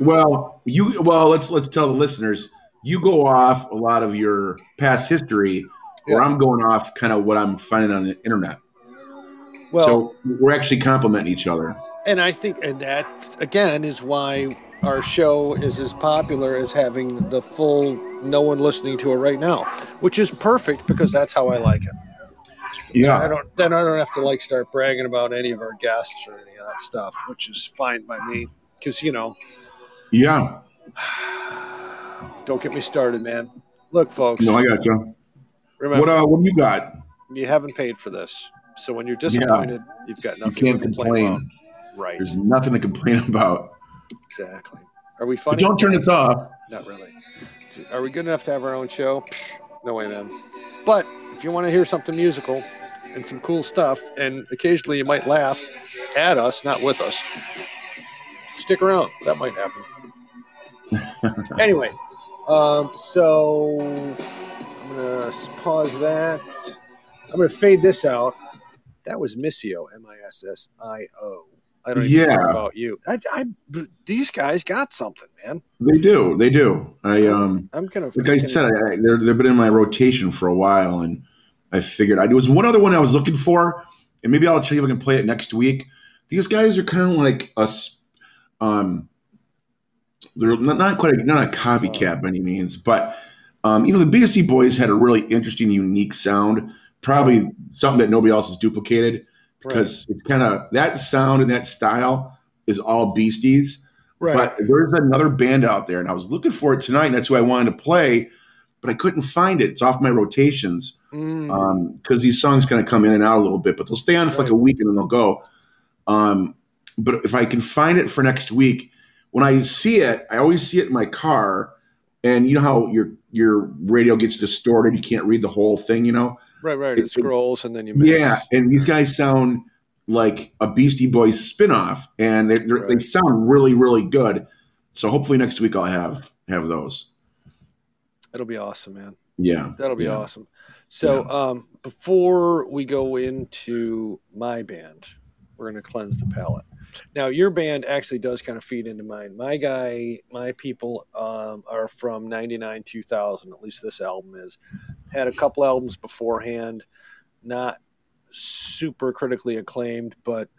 A: well, you well let's let's tell the listeners you go off a lot of your past history, or
B: Yeah.
A: I'm going off kind of what I'm finding on the internet.
B: Well,
A: so we're actually complimenting each other.
B: And I think and that again is why our show is as popular as having the full no one listening to it right now, which is perfect because that's how I like it. I
A: Yeah,
B: don't then I don't have to like start bragging about any of our guests or any of that stuff, which is fine by me because you know
A: yeah.
B: don't get me started, man. Look, folks,
A: No, I got you.
B: remember
A: What uh, what do you got?
B: you haven't paid for this, so when you're disappointed, you've got
A: You
B: nothing
A: can't
B: to complain,
A: complain.
B: about. Right?
A: There's nothing to complain about.
B: Exactly. Are we
A: But
B: funny?
A: don't turn this off.
B: Not really. Are we good enough to have our own show? Psh, No way, man. But if you want to hear something musical and some cool stuff, and occasionally you might laugh at us, not with us, stick around. That might happen. anyway, um, so I'm going to pause that. I'm going to fade this out. That was Missio, M I S S I O. I don't even
A: Yeah.
B: care about you. I, I, these guys got something, man.
A: They do. They do. I um
B: I'm gonna.
A: like I
B: freaking-
A: said, I, I, they're, they've been in my rotation for a while, and I figured I there was one other one I was looking for, and maybe I'll check if I can play it next week. These guys are kind of like us, um, they're not, not quite a, not a copycat by any means, but um, you know the BSC Boys had a really interesting, unique sound. Probably something that nobody else has duplicated because it's kind of that sound and that style is all Beasties.
B: right.
A: But there's another band out there, and I was looking for it tonight, and that's who I wanted to play, but I couldn't find it. It's off my rotations
B: Mm.
A: because these songs kind of come in and out a little bit, but they'll stay on for like a week and then they'll go. Um, but if I can find it for next week, when I see it, I always see it in my car, and you know how your your radio gets distorted, you can't read the whole thing, you know.
B: right, right. It,
A: it-
B: scrolls and then you miss.
A: Yeah, and these guys sound like a Beastie Boys spinoff, and they they're they
B: Right.
A: sound really really good. So hopefully next week I'll have have those.
B: It'll be awesome, man.
A: Yeah,
B: That'll be
A: Yeah.
B: awesome. So, um, before we go into my band, we're going to cleanse the palate. Now, your band actually does kind of feed into mine. My guy, my people um, are from 99, 2000, at least this album is. Had a couple albums beforehand, not super critically acclaimed, but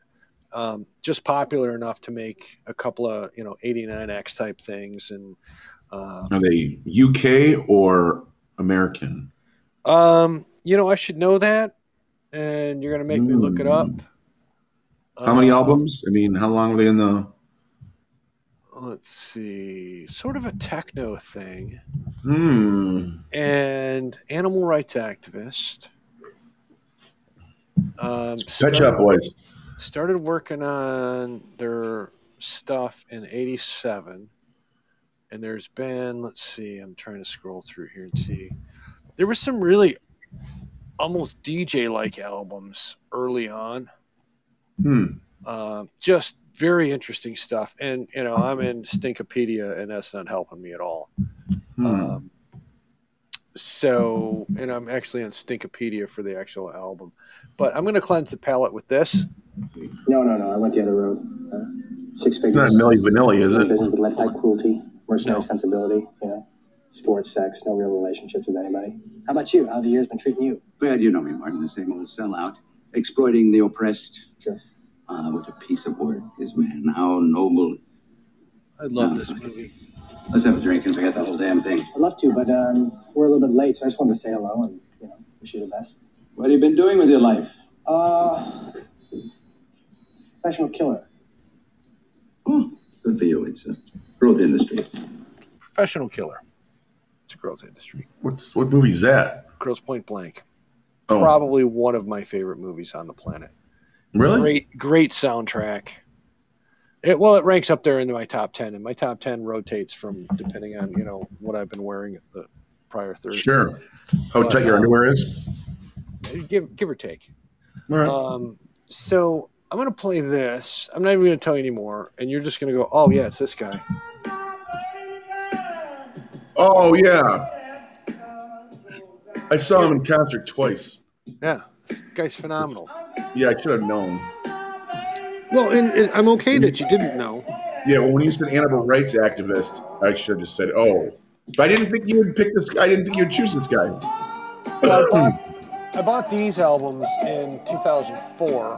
B: um, just popular enough to make a couple of, you know, 89X type things. And um,
A: are they UK or American?
B: um, you know, I should know that, and you're gonna make me look it up.
A: How many
B: Uh,
A: albums? I mean, how long were they in the?
B: Let's see, sort of a techno thing,
A: Hmm.
B: and animal rights activist. Um,
A: Touch
B: started,
A: up, boys.
B: started working on their stuff in '87, and there's been let's see, I'm trying to scroll through here and see. There was some really almost DJ like albums early on.
A: Hmm.
B: Um, just very interesting stuff. And you know, I'm in Stinkopedia, and that's not helping me at all.
A: hmm.
B: Um, so, and I'm actually on Stinkopedia for the actual album, but I'm going to cleanse the palate with this.
G: No, no, no. I went the other road. Uh, six
A: it's not
G: figures.
A: Milli Vanilli, is it?
G: Business with led by cruelty, mercenary
B: No.
G: sensibility. You know, sports, sex, no real relationships with anybody. How about you? How have the years been treating you?
H: Glad you know me, Martin, the same old sellout, exploiting the oppressed.
G: Sure.
H: Ah, what a piece of work is man. How noble.
B: I love this movie.
H: Let's have a drink and forget the whole damn thing.
G: I'd love to, but um, we're a little bit late, so I just wanted to say hello and you know wish you the best.
H: What have you been doing with your life?
G: Uh, professional killer.
H: Oh, good for you. It's a growth industry.
B: Professional Killer. It's a girls industry.
A: What's what movie's that?
B: Girls Point Blank.
A: Oh,
B: Probably one of my favorite movies on the planet.
A: really?
B: Great, great soundtrack. It, well, it ranks up there into my top ten, and my top ten rotates from depending on you know what I've been wearing at the prior Thursday.
A: Sure. How
B: But,
A: tight your
B: um,
A: underwear is?
B: give give or take.
A: All right.
B: Um, so I'm gonna play this. I'm not even gonna tell you anymore, and you're just gonna go, "Oh yeah, it's this guy."
A: oh yeah. I saw him in concert twice.
B: Yeah, this guy's phenomenal.
A: Yeah, I should have known.
B: Well, and, and I'm okay that you didn't know.
A: Yeah, well, when you said animal rights activist, I should have just said, "Oh," but I didn't think you would pick this. guy. I didn't think you would choose this guy.
B: I bought, I bought these albums in 2004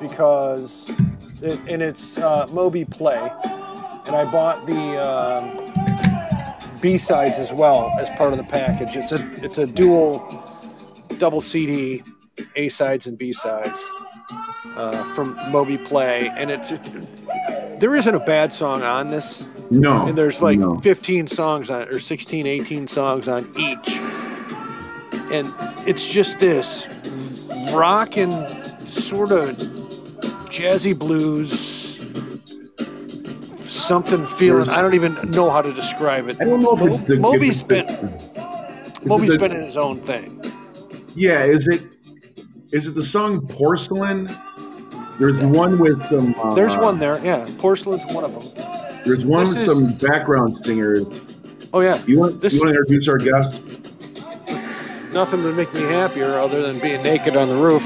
B: because, it, and it's uh, Moby Play, and I bought the um, B sides as well as part of the package. It's a it's a dual double CD, A sides and B sides uh, from Moby Play, and it, it there isn't a bad song on this
A: No,
B: and there's like
A: no.
B: 15 songs on it or 16 18 songs on each and it's just this rock and sort of jazzy blues something feeling i don't even know how to describe it
A: I don't know if it's the if
B: moby's
A: it's the-
B: been moby's been in his own thing
A: Yeah, is it is it the song Porcelain? There's one with some. Uh,
B: there's one there yeah porcelain's one of them
A: There's one
B: this
A: with
B: is-
A: some background singers.
B: oh yeah
A: You want
B: This-
A: you want to introduce our guest?
B: nothing would make me happier other than being naked on the roof.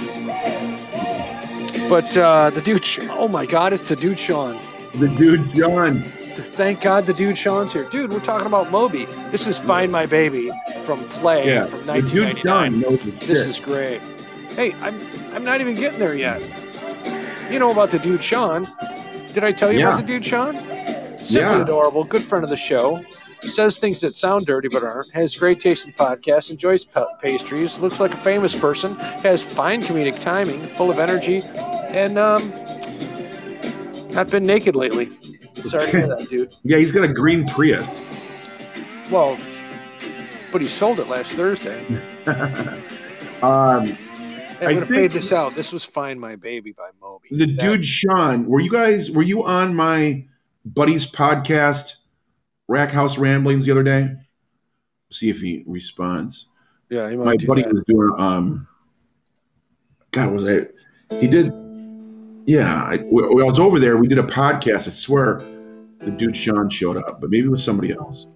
B: But uh, the dude, Sh- oh my God, it's the dude Sean.
A: The dude John.
B: Thank God the dude Sean's here. Dude, we're talking about Moby. This is Find My Baby from Play
A: Yeah,
B: from
A: the dude
B: 1999.
A: John knows his shit.
B: This is great. Hey, I'm I'm not even getting there yet. You know about the dude Sean? Did I tell you
A: Yeah.
B: about the dude Sean? Simply
A: Yeah.
B: adorable, good friend of the show. Says things that sound dirty but aren't. Has great taste in podcasts. Enjoys pa- pastries. Looks like a famous person. Has fine comedic timing. Full of energy, and um, not been naked lately. Sorry to hear that, dude.
A: Yeah, he's got a green Prius.
B: Well, but he sold it last Thursday.
A: Um,
B: Hey, I'm
A: I
B: gonna
A: think-
B: fade this out. This was "Find My Baby" by Moby.
A: the
B: That-
A: dude Sean, were you guys were you on my buddy's podcast, Rack House Ramblings, the other day? See if he responds.
B: Yeah, he might
A: My
B: do
A: buddy
B: that.
A: was doing um, God, was I? He did. Yeah, I, when I was over there. We did a podcast. I swear, the dude Sean showed up, but maybe it was somebody else.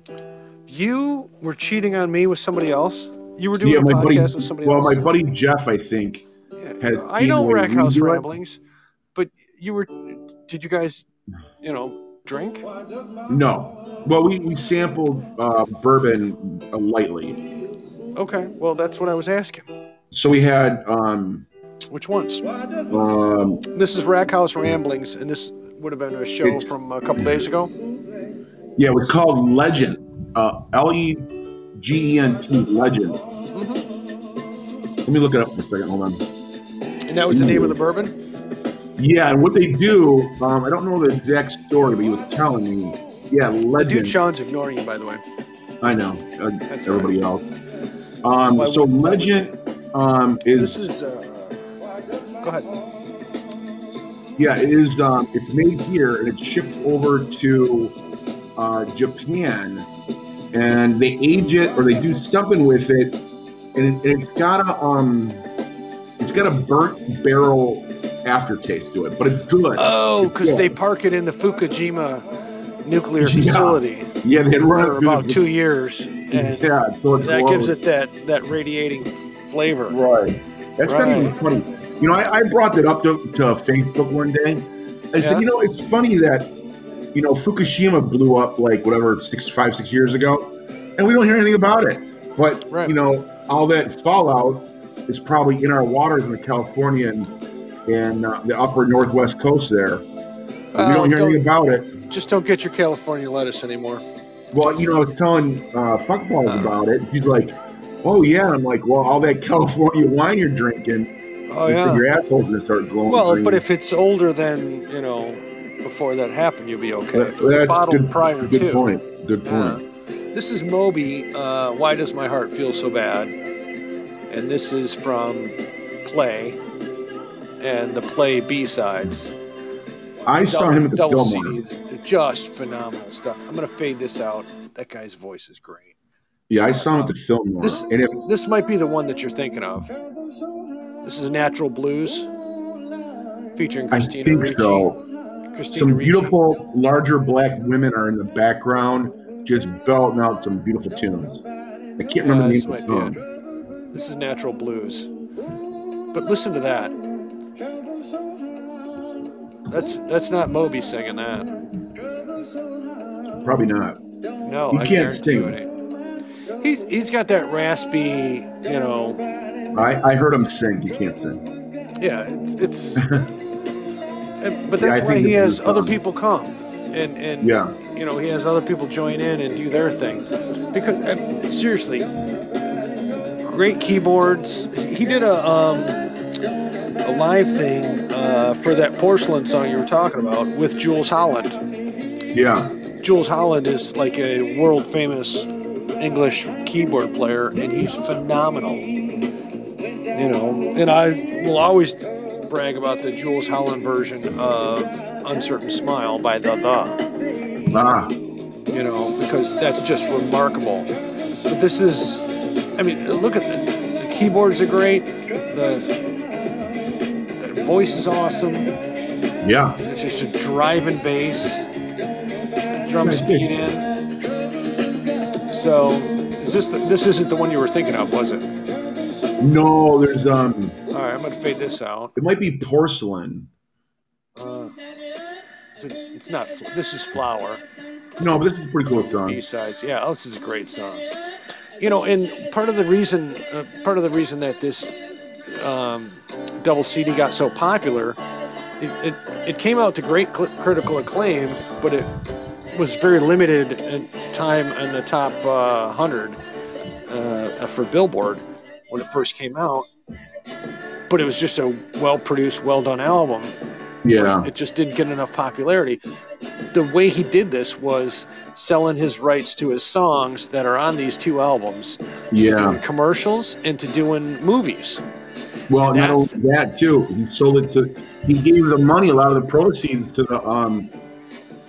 B: You were cheating on me with somebody else. You were doing
A: yeah,
B: a
A: my
B: podcast
A: buddy.
B: with somebody
A: Well,
B: else.
A: my buddy Jeff, I think, has
B: I
A: seen
B: know
A: what we
B: Rackhouse
A: do it.
B: ramblings, but you were. Did you guys, you know, drink?
A: No. Well, we, we sampled uh, bourbon uh, lightly.
B: Okay, well that's what I was asking.
A: So we had um,
B: Which ones?
A: um,
B: This is Rackhouse ramblings, and this would have been a show
A: It's-
B: from a couple days ago.
A: yeah, it was called Legend. Uh, L E G E N T Legend. Mm-hmm. Let me look it up for a second. Hold on.
B: And that was the name of the bourbon.
A: Yeah, and what they do, um, I don't know the exact story, but he was telling me. Yeah,
B: The dude
A: Legend.
B: Sean's ignoring you, by the way.
A: I know. Uh,
B: That's
A: everybody else. Um,
B: Why
A: so
B: would- why would-
A: Legend um,
B: This
A: is
B: is. Uh, go ahead.
A: Yeah, it is. Um, it's made here and it's shipped over to uh, Japan, and they age it or they do something with it, and, it, and it's got a um, it's got a burnt barrel aftertaste to it, but it's good.
B: Oh, because
A: Yeah.
B: they park it in the Fukushima nuclear
A: Yeah.
B: facility
A: yeah, they run it
B: for
A: through
B: about
A: the-
B: two years, and
A: Yeah, so it's
B: that
A: low.
B: gives it that that radiating flavor.
A: right. That's
B: Right.
A: not even funny. You know, I, I brought that up to, to Facebook one day. I
B: Yeah.
A: said, you know, it's funny that you know Fukushima blew up like whatever six, five, six years ago, and we don't hear anything about it. But
B: Right.
A: you know, all that fallout is probably in our waters in California and, and uh, the upper northwest coast there. we
B: Well,
A: don't hear
B: don't-
A: anything about it.
B: Just don't get your California lettuce anymore.
A: Oh, Well, you know, I was telling uh, Fuckballs about it. He's like, "Oh yeah," I'm like, "Well, all that California wine you're drinking,
B: Oh
A: you think your asshole's gonna start glowing."
B: Well,
A: green."
B: but if it's older than you know, before that happened, you'll be okay.
A: That-
B: if it was
A: that's
B: bottled
A: good-
B: prior
A: Good
B: to.
A: point. Good
B: Yeah.
A: point.
B: This is Moby. Uh, Why does my heart feel so bad? And this is from Play, and the Play B sides.
A: I saw him at the
B: double
A: Fillmore.
B: C, they're just phenomenal stuff. I'm gonna fade this out. That guy's voice is great.
A: Yeah, I saw him at the Fillmore.
B: This-
A: and it,
B: This might be the one that you're thinking of. This is Natural Blues, featuring
A: I
B: Christina
A: think
B: Ricci.
A: so.
B: Christina
A: Some
B: Ricci.
A: beautiful, larger black women are in the background, just belting out some beautiful tunes. I can't remember
B: Uh,
A: the
B: this
A: name of the
B: might be
A: song.
B: This is Natural Blues. But listen to that. That's that's not Moby singing that.
A: Probably not.
B: No,
A: He
B: I
A: can't
B: guarantee
A: sing.
B: it ain't. He's he's got that raspy, you know,
A: I, I heard him sing. He can't sing.
B: Yeah, it's. it's and- but
A: Yeah, I
B: that's why
A: think
B: he
A: this
B: has
A: is
B: other
A: fun.
B: people come, and and
A: Yeah.
B: you know he has other people join in and do their thing, because uh, seriously, great keyboards. He did a um a live thing uh, for that porcelain song you were talking about with Jules Holland.
A: Yeah.
B: Jules Holland is like a world famous English keyboard player, and he's phenomenal you know, and I will always brag about the Jules Holland version of Uncertain Smile by The The,
A: Ah,
B: you know, because that's just remarkable. But this is, I mean, look at the, the keyboards are great, the, the voice is awesome,
A: yeah.
B: it's just a driving bass, drums
A: Nice.
B: feed in. So, is this the, this isn't the one you were thinking of, was it?
A: No, there's um.
B: All right, I'm gonna fade this out.
A: It might be porcelain.
B: Uh, it's, it's not. Fl- This is Flower.
A: No, but this is a pretty cool
B: B
A: song.
B: sides. Yeah, oh, this is a great song. You know, and part of the reason, uh, part of the reason that this um, double CD got so popular, it, it, it came out to great cl- critical acclaim, but it was very limited in time in the top uh, 100 uh, for Billboard when it first came out. But it was just a well produced, well done album.
A: Yeah.
B: It just didn't get enough popularity. The way he did this was selling his rights to his songs that are on these two albums,
A: Yeah.
B: doing commercials, and to doing movies.
A: Well,
B: And
A: not only
B: that's-
A: that too. He sold it to. He gave the money, a lot of the proceeds to the. Um,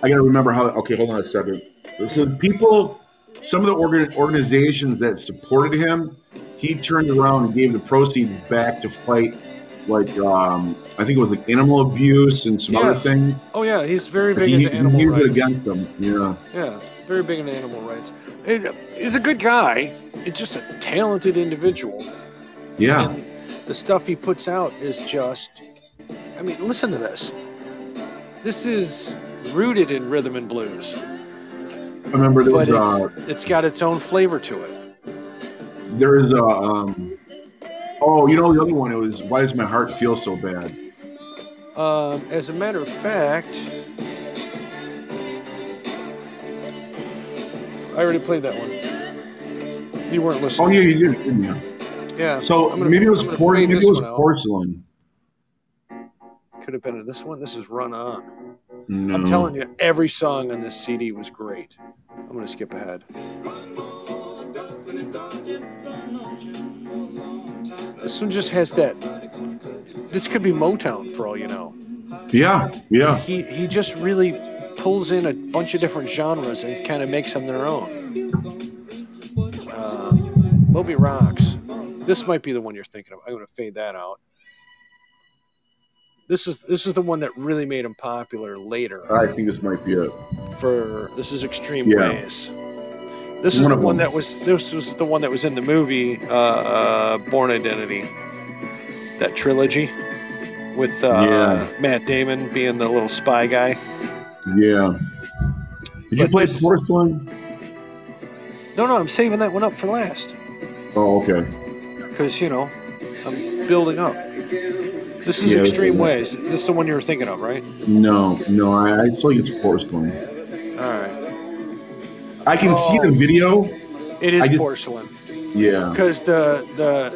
A: I gotta remember how. Okay, hold on a second. So the people, some of the organ, organizations that supported him, he turned around and gave the proceeds back to fight, like um, I think it was like animal abuse and some
B: Yeah.
A: other things.
B: Oh yeah, he's very big
A: He, he
B: into animal
A: used it
B: rights.
A: against them. Yeah.
B: Yeah, very big into animal rights. It, he's a good guy. It's just a talented individual.
A: Yeah.
B: And the stuff he puts out is just. I mean, listen to this. This is rooted in rhythm and blues,
A: I remember there was
B: but it's,
A: uh,
B: it's got its own flavor to it.
A: there is a. Um, oh, you know the other one. It was why does my heart feel so bad?
B: Um, as a matter of fact, I already played that one. You weren't listening.
A: Oh yeah, you did, didn't you?
B: yeah.
A: So
B: I'm gonna-
A: maybe it was
B: I'm gonna
A: por-
B: fade
A: maybe it
B: this
A: was
B: one out.
A: porcelain.
B: Could have been in this one. This is Run On.
A: No.
B: I'm telling you, every song on this CD was great. I'm going to skip ahead. This one just has that. This could be Motown for all you know.
A: Yeah, yeah,
B: He he just really pulls in a bunch of different genres and kind of makes them their own. Uh, Moby Rocks. This might be the one you're thinking of. I'm going to fade that out. This is this is the one that really made him popular later
A: I think this might be it.
B: for this is extreme
A: Yeah.
B: ways. This is
A: One
B: the
A: of
B: one
A: them.
B: that was this was the one that was in the movie uh, uh, Born Identity, that trilogy with uh,
A: Yeah.
B: Matt Damon being the little spy guy.
A: Yeah. Did you
B: But
A: play
B: this-
A: porcelain?
B: No, no, I'm saving that one up for last
A: Oh, okay.
B: because you know I'm building up. This is
A: Yeah,
B: extreme
A: yeah.
B: ways. This is the one you were thinking of, right?
A: No, no, I, I still think it's porcelain.
B: All right,
A: I can see
B: Oh.
A: the video.
B: it is
A: I just-
B: porcelain.
A: Yeah,
B: Because the the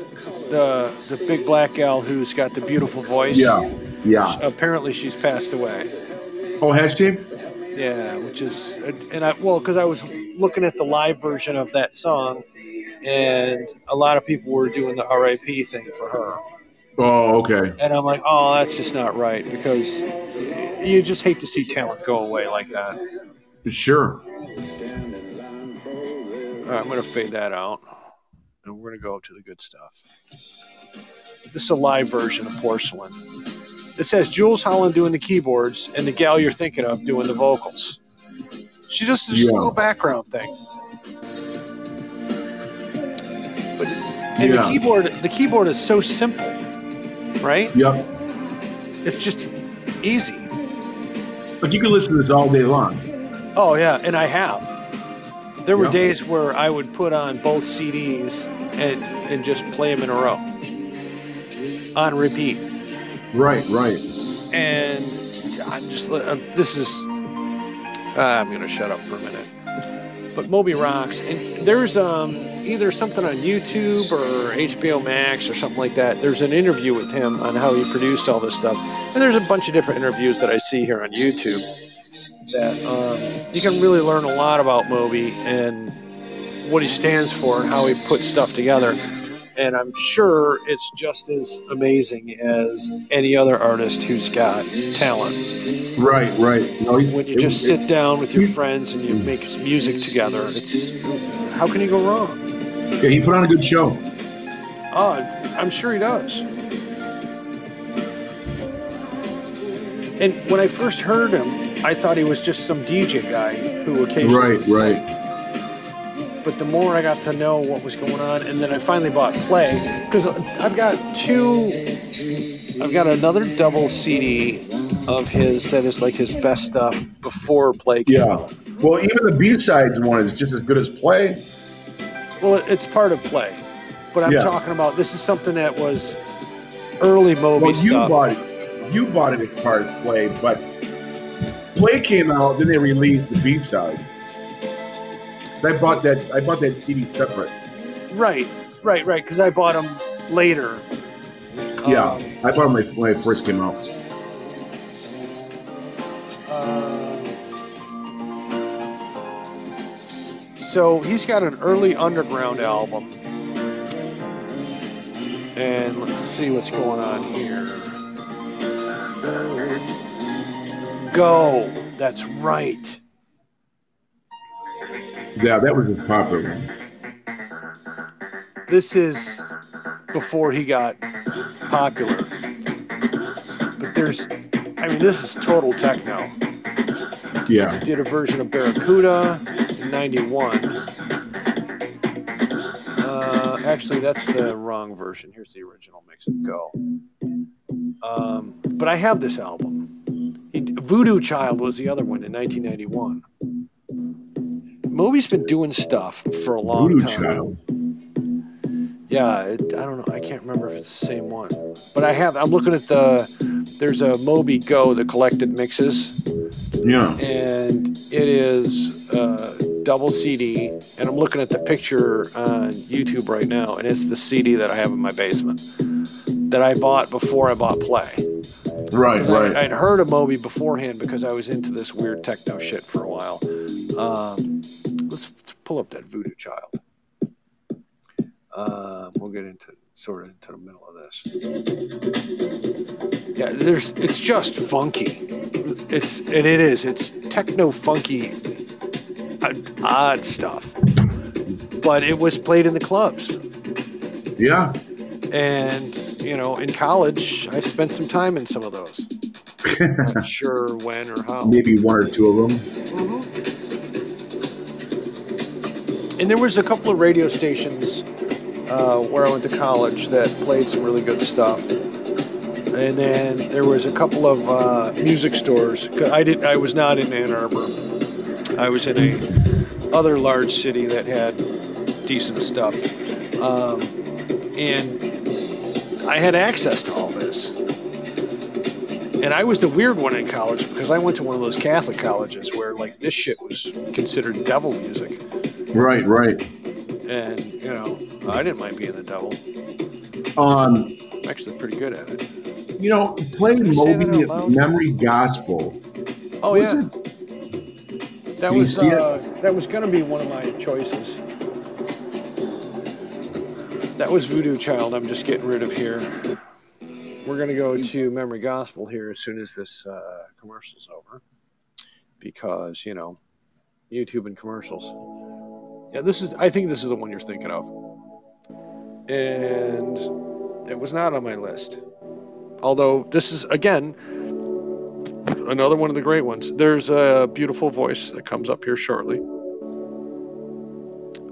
B: the the big black gal who's got the beautiful voice.
A: yeah, yeah.
B: Apparently, she's passed away.
A: Oh, hashtag.
B: Yeah, which is and I well because I was looking at the live version of that song, and a lot of people were doing the R.I.P. thing for her,
A: Oh, okay.
B: and I'm like, oh, that's just not right because you just hate to see talent go away like that. All
A: Sure.
B: right, I'm gonna fade that out, and we're gonna go to the good stuff. This is a live version of Porcelain. It says Jules Holland doing the keyboards and the gal you're thinking of doing the vocals. She just just a
A: Yeah.
B: little background thing. And the
A: Yeah.
B: keyboard, the keyboard is so simple, right?
A: Yep.
B: It's just easy.
A: But you can listen to this all day long.
B: Oh yeah, and I have. There were
A: Yeah.
B: days where I would put on both CDs and and just play them in a row on repeat.
A: Right, right.
B: And I'm just li- I'm, this is. Uh, I'm gonna shut up for a minute. But Moby rocks, and there's um either something on YouTube or HBO Max or something like that. There's an interview with him on how he produced all this stuff, and there's a bunch of different interviews that I see here on YouTube that um, you can really learn a lot about Moby and what he stands for and how he puts stuff together. And I'm sure it's just as amazing as any other artist who's got talent.
A: Right, right. No, he-
B: When you
A: it-
B: just
A: it-
B: sit down with your friends and you make some music together, it's how can you go wrong?
A: yeah, he put on a good show.
B: Oh, I'm sure he does. And when I first heard him, I thought he was just some DJ guy who occasionally
A: Right,
B: would sing.
A: right.
B: but the more I got to know what was going on, and then I finally bought Play because I've got two. I've got another double CD of his that is like his best stuff before Play. Came
A: Yeah.
B: out.
A: Well, even the B sides one is just as good as play.
B: Well, it, it's part of Play, but I'm
A: Yeah.
B: talking about this is something that was early Moby
A: Well, you
B: stuff.
A: bought it. You bought it as part of play, but Play came out, then they released the B side. I bought that. I bought that CD separate.
B: Right, right, right. Because I bought them later.
A: yeah,
B: Um,
A: I bought them when, when it first came out.
B: So he's got an early underground album. And let's see what's going on here. Go. That's right.
A: Yeah, that was a popular one.
B: This is before he got popular. But there's, I mean, this is total techno.
A: Yeah,
B: Did a version of Barracuda in 91. Uh, actually, that's the wrong version. Here's the original Mix and Go. Um, but I have this album. He, Voodoo Child was the other one in 1991. Moby's been doing stuff for a long
A: Voodoo
B: time.
A: Child.
B: Yeah, it, I don't know. I can't remember if it's the same one. But I have, I'm looking at the, there's a Moby Go, the collected mixes
A: Yeah,
B: and it is uh, double CD. And I'm looking at the picture on YouTube right now, and it's the CD that I have in my basement that I bought before I bought Play.
A: right,
B: 'Cause I-
A: right.
B: I'd heard of Moby beforehand because I was into this weird techno shit for a while. Um, let's, let's pull up that Voodoo Child. Uh, we'll get into sort of into the middle of this. Yeah, there's it's just funky. It's and it is it's techno funky, uh, odd stuff. But it was played in the clubs,
A: yeah,
B: and you know, in college, I spent some time in some of those. Not sure when or how.
A: maybe one or two of them.
B: Mm-hmm. And there was a couple of radio stations uh, where I went to college that played some really good stuff. And then there was a couple of uh, music stores. 'Cause I did. I was not in Ann Arbor. I was in a other large city that had decent stuff, um, and I had access to all this. And I was the weird one in college because I went to one of those Catholic colleges where like this shit was considered devil music
A: Right, right.
B: and you know I didn't mind being the devil.
A: Um,
B: I'm actually pretty good at it.
A: you know, playing
B: Did you say that
A: Moby
B: out loud?
A: Memory Gospel.
B: Oh
A: was
B: yeah,
A: it-
B: that
A: Can you
B: was
A: see it?
B: uh, that was gonna be one of my choices. That was Voodoo Child. I'm just getting rid of here. We're gonna go to Memory Gospel here as soon as this uh, commercial's over, because you know YouTube and commercials. Yeah, this is. I think this is the one you're thinking of, and it was not on my list. Although this is again another one of the great ones. There's a beautiful voice that comes up here shortly.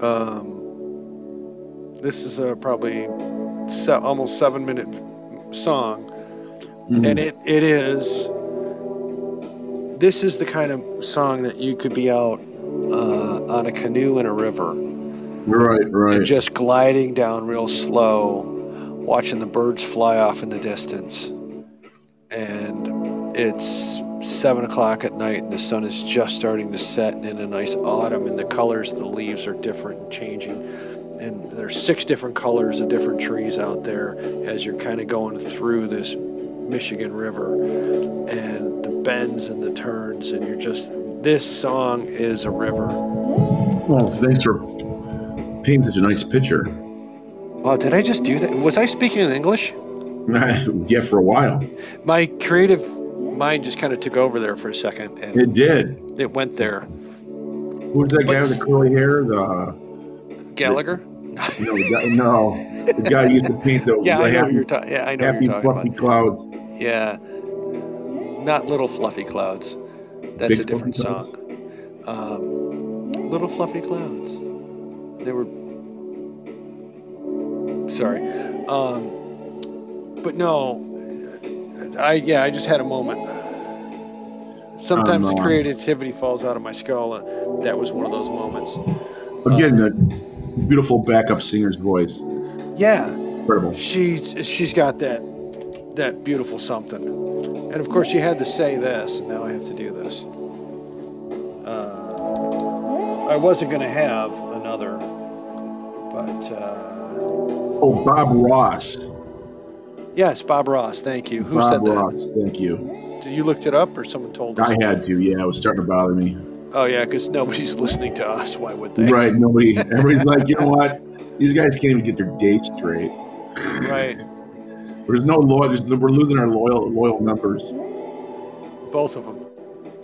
B: Um, this is a probably se- almost seven minute song,
A: Mhm.
B: and it, it is. This is the kind of song that you could be out uh, on a canoe in a river
A: Right,
B: and
A: right.
B: just gliding down real slow, watching the birds fly off in the distance. And it's seven o'clock at night, and the sun is just starting to set, and in a nice autumn, and the colors of the leaves are different and changing. And there's six different colors of different trees out there as you're kind of going through this Michigan River and the bends and the turns, and you're just this song is a river.
A: Oh, thanks for painting such a nice picture.
B: Wow, did I just do that? Was I speaking in English?
A: yeah, for a while
B: my creative mind just kind of took over there for a second and
A: it did.
B: it went there.
A: Who's that guy with the curly hair? The
B: Gallagher?
A: no, the guy, no, the guy who used to paint the
B: Yeah,
A: the
B: I know what
A: happy,
B: you're talking. Yeah, I know what
A: happy
B: you're talking
A: fluffy
B: about.
A: clouds.
B: Yeah, not little fluffy clouds. That's
A: Big
B: a different
A: Fluffy
B: song. Um, little fluffy clouds. They were. Sorry, um, but no. I yeah, I just had a moment. Sometimes
A: Um,
B: the
A: uh,
B: creativity falls out of my skull. and That was one of those moments. Uh.
A: Again, the beautiful backup singer's voice.
B: Yeah,
A: Incredible.
B: She's she's got that that beautiful something. And of course, you had to say this, and now I have to do this. Uh, I wasn't going to have another, but uh,
A: Oh, Bob Ross.
B: yes, Bob Ross. Thank you. Who
A: Bob
B: said that?
A: Ross. Thank you.
B: Did you looked it up, or someone told us?
A: I had to. Yeah, it was starting to bother me.
B: Oh yeah, because nobody's listening to us. Why would they?
A: Right. Nobody. Everybody's like, you know what? These guys can't even get their dates straight.
B: Right.
A: There's no loyal. There's, we're losing our loyal loyal members.
B: Both of them.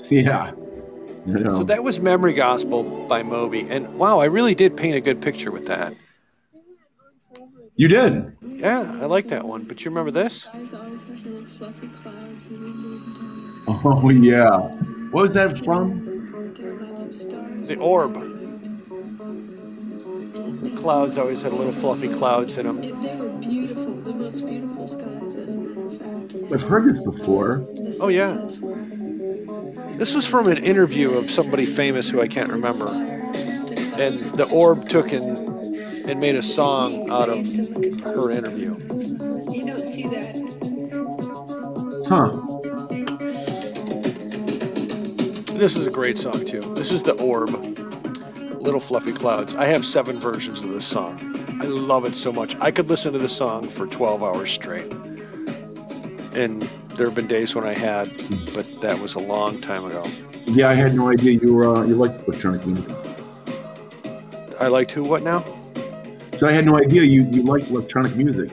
A: Yeah. You know.
B: So that was Memory Gospel by Moby, and wow, I really did paint a good picture with that.
A: you did.
B: Yeah, I like that one. But you remember this?
I: Skies always have little fluffy clouds that are moving
A: Oh yeah. What was that from?
I: around. There are lots of stars.
B: The orb. The clouds always had little fluffy clouds in them.
I: If they were beautiful, the most beautiful skies, as a matter of fact.
A: I've heard this before.
I: The
B: Oh, yeah.
I: sunsets were
B: This was from an interview of somebody famous who I can't remember,
I: fire,
B: and the orb took and and made a song out of her interview.
I: You don't see that.
A: Huh.
B: This is a great song too. This is the Orb, Little Fluffy Clouds. I have seven versions of this song. I love it so much. I could listen to this song for 12 hours straight. And there have been days when I had, but that was a long time ago.
A: Yeah, I had no idea you were uh, you liked electronic music.
B: I liked who, what now?
A: So I had no idea you you liked electronic music.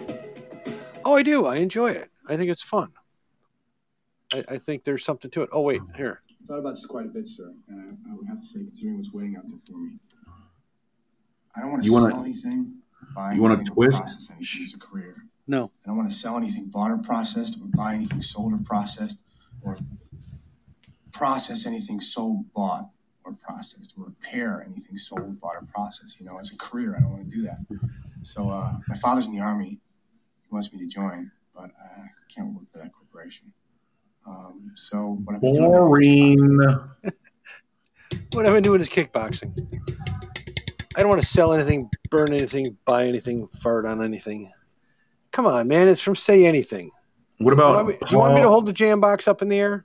B: Oh, I do. I enjoy it. I think it's fun. I, I think there's something to it. Oh, wait, here.
G: Thought about this quite a bit, sir, and I, I would have to say, considering what's waiting out there for me, I don't want to
A: You wanna-
G: sell anything. buy
A: you wanna
G: anything, or
A: twist?
G: Process anything as a career.
B: No.
G: I don't want to sell anything bought or processed, or buy anything sold or processed, or process anything sold, bought, or processed, or repair anything sold, bought, or processed. You know, as a career, I don't want to do that. So uh, my father's in the army. He wants me to join, but I can't work for that corporation. Um, so what I've been doing now is-
A: Boring.
B: What I've been doing is kickboxing. I don't want to sell anything, burn anything, buy anything, fart on anything. Come on, man. It's from Say Anything.
A: What
B: Do you
A: about
B: want me- do you want me to
A: Paul?
B: hold the jam box up in the air?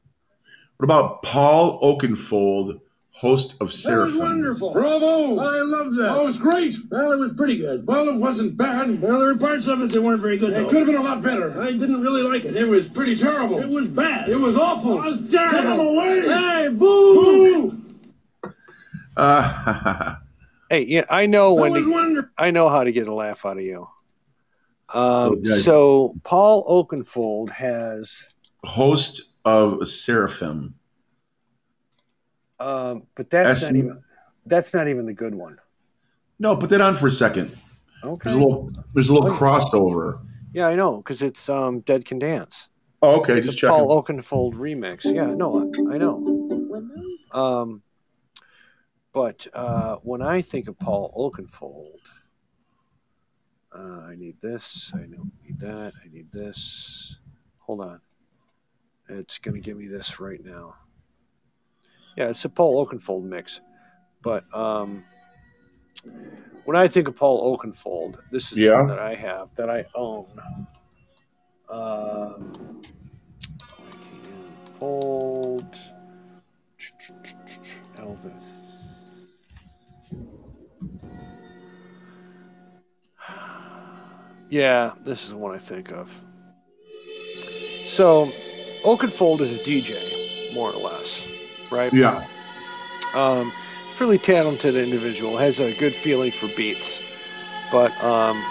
A: What about Paul Oakenfold, host of Seraphim?
J: wonderful.
K: Bravo!
J: I loved that.
K: That was great!
J: Well, it was pretty good.
K: Well, it wasn't bad.
J: Well, there were parts of it that weren't very good.
K: It
J: Though.
K: could have been a lot better.
J: I didn't really like it.
K: It was pretty terrible.
J: It was bad.
K: It was
J: It
K: awful.
J: was terrible.
K: Get him away!
J: Hey, boo!
K: Boo!
A: Uh,
B: Hey, yeah, I know
J: That
B: when
J: was
B: to,
J: wonderful.
B: I know how to get a laugh out of you. Um,
A: Okay.
B: So Paul Oakenfold has,
A: host of Seraphim.
B: um, but that's
A: S-
B: not even that's not even the good one.
A: No, put that on for a second.
B: Okay.
A: There's a little there's a little crossover.
B: yeah, I know because it's um, Dead Can Dance.
A: Oh, okay,
B: It's
A: just
B: a
A: checking.
B: Paul Oakenfold remix. Yeah, no, I, I know. Um, but uh, when I think of Paul Oakenfold, uh, I need this. I know- need that. I need this. Hold on, it's going to give me this right now. Yeah, it's a Paul Oakenfold mix. But um, when I think of Paul Oakenfold, this is the
A: Yeah.
B: one that I have that I own. Um, Oakenfold, Elvis. Yeah, this is the one I think of. So, Oakenfold is a DJ, more or less, right?
A: Yeah.
B: Um, really talented individual, has a good feeling for beats. But um,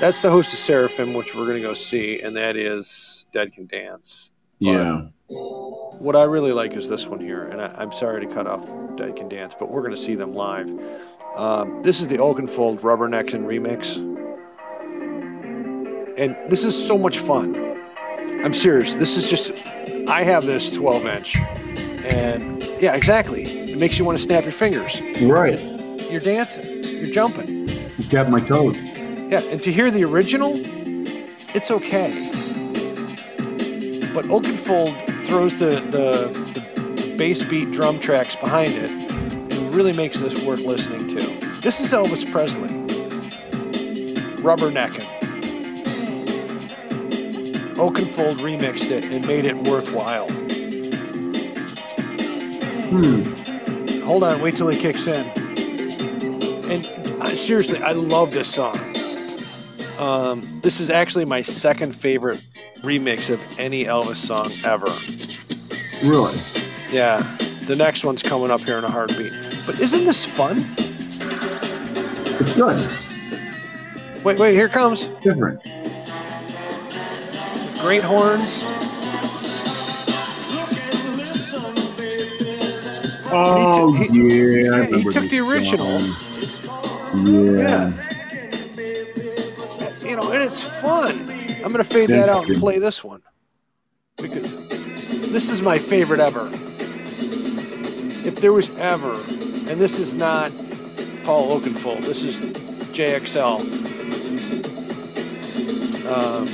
B: that's the host of Seraphim, which we're going to go see, and that is Dead Can Dance.
A: Yeah.
B: What I really like is this one here, and I, I'm sorry to cut off Dead Can Dance, but we're going to see them live. Um, this is the Oakenfold Rubbernecks and Remix. And this is so much fun. I'm serious. This is just, I have this 12 inch. And yeah, exactly. It makes you want to snap your fingers.
A: Right.
B: You're dancing, you're jumping.
A: Tap my toes.
B: Yeah, and to hear the original, it's okay. But Oakenfold throws the, the, the bass beat drum tracks behind it and really makes this worth listening to. This is Elvis Presley. Rubbernecking. Oakenfold remixed it and made it worthwhile. Hold on, wait till it kicks in. And I, seriously, I love this song. Um, this is actually my second favorite remix of any Elvis song ever.
A: Really?
B: Yeah, the next one's coming up here in a heartbeat. But isn't this fun?
A: It's good.
B: Wait, wait, here it comes.
A: Different.
B: Great horns.
A: Oh
B: He took-
A: yeah, I
B: he
A: remember
B: took
A: this
B: the original.
A: song. Yeah.
B: You know, and it's fun. I'm gonna fade that out and play this one. We could- This is my favorite ever. If there was ever, and this is not Paul Oakenfold, this is JXL. Um,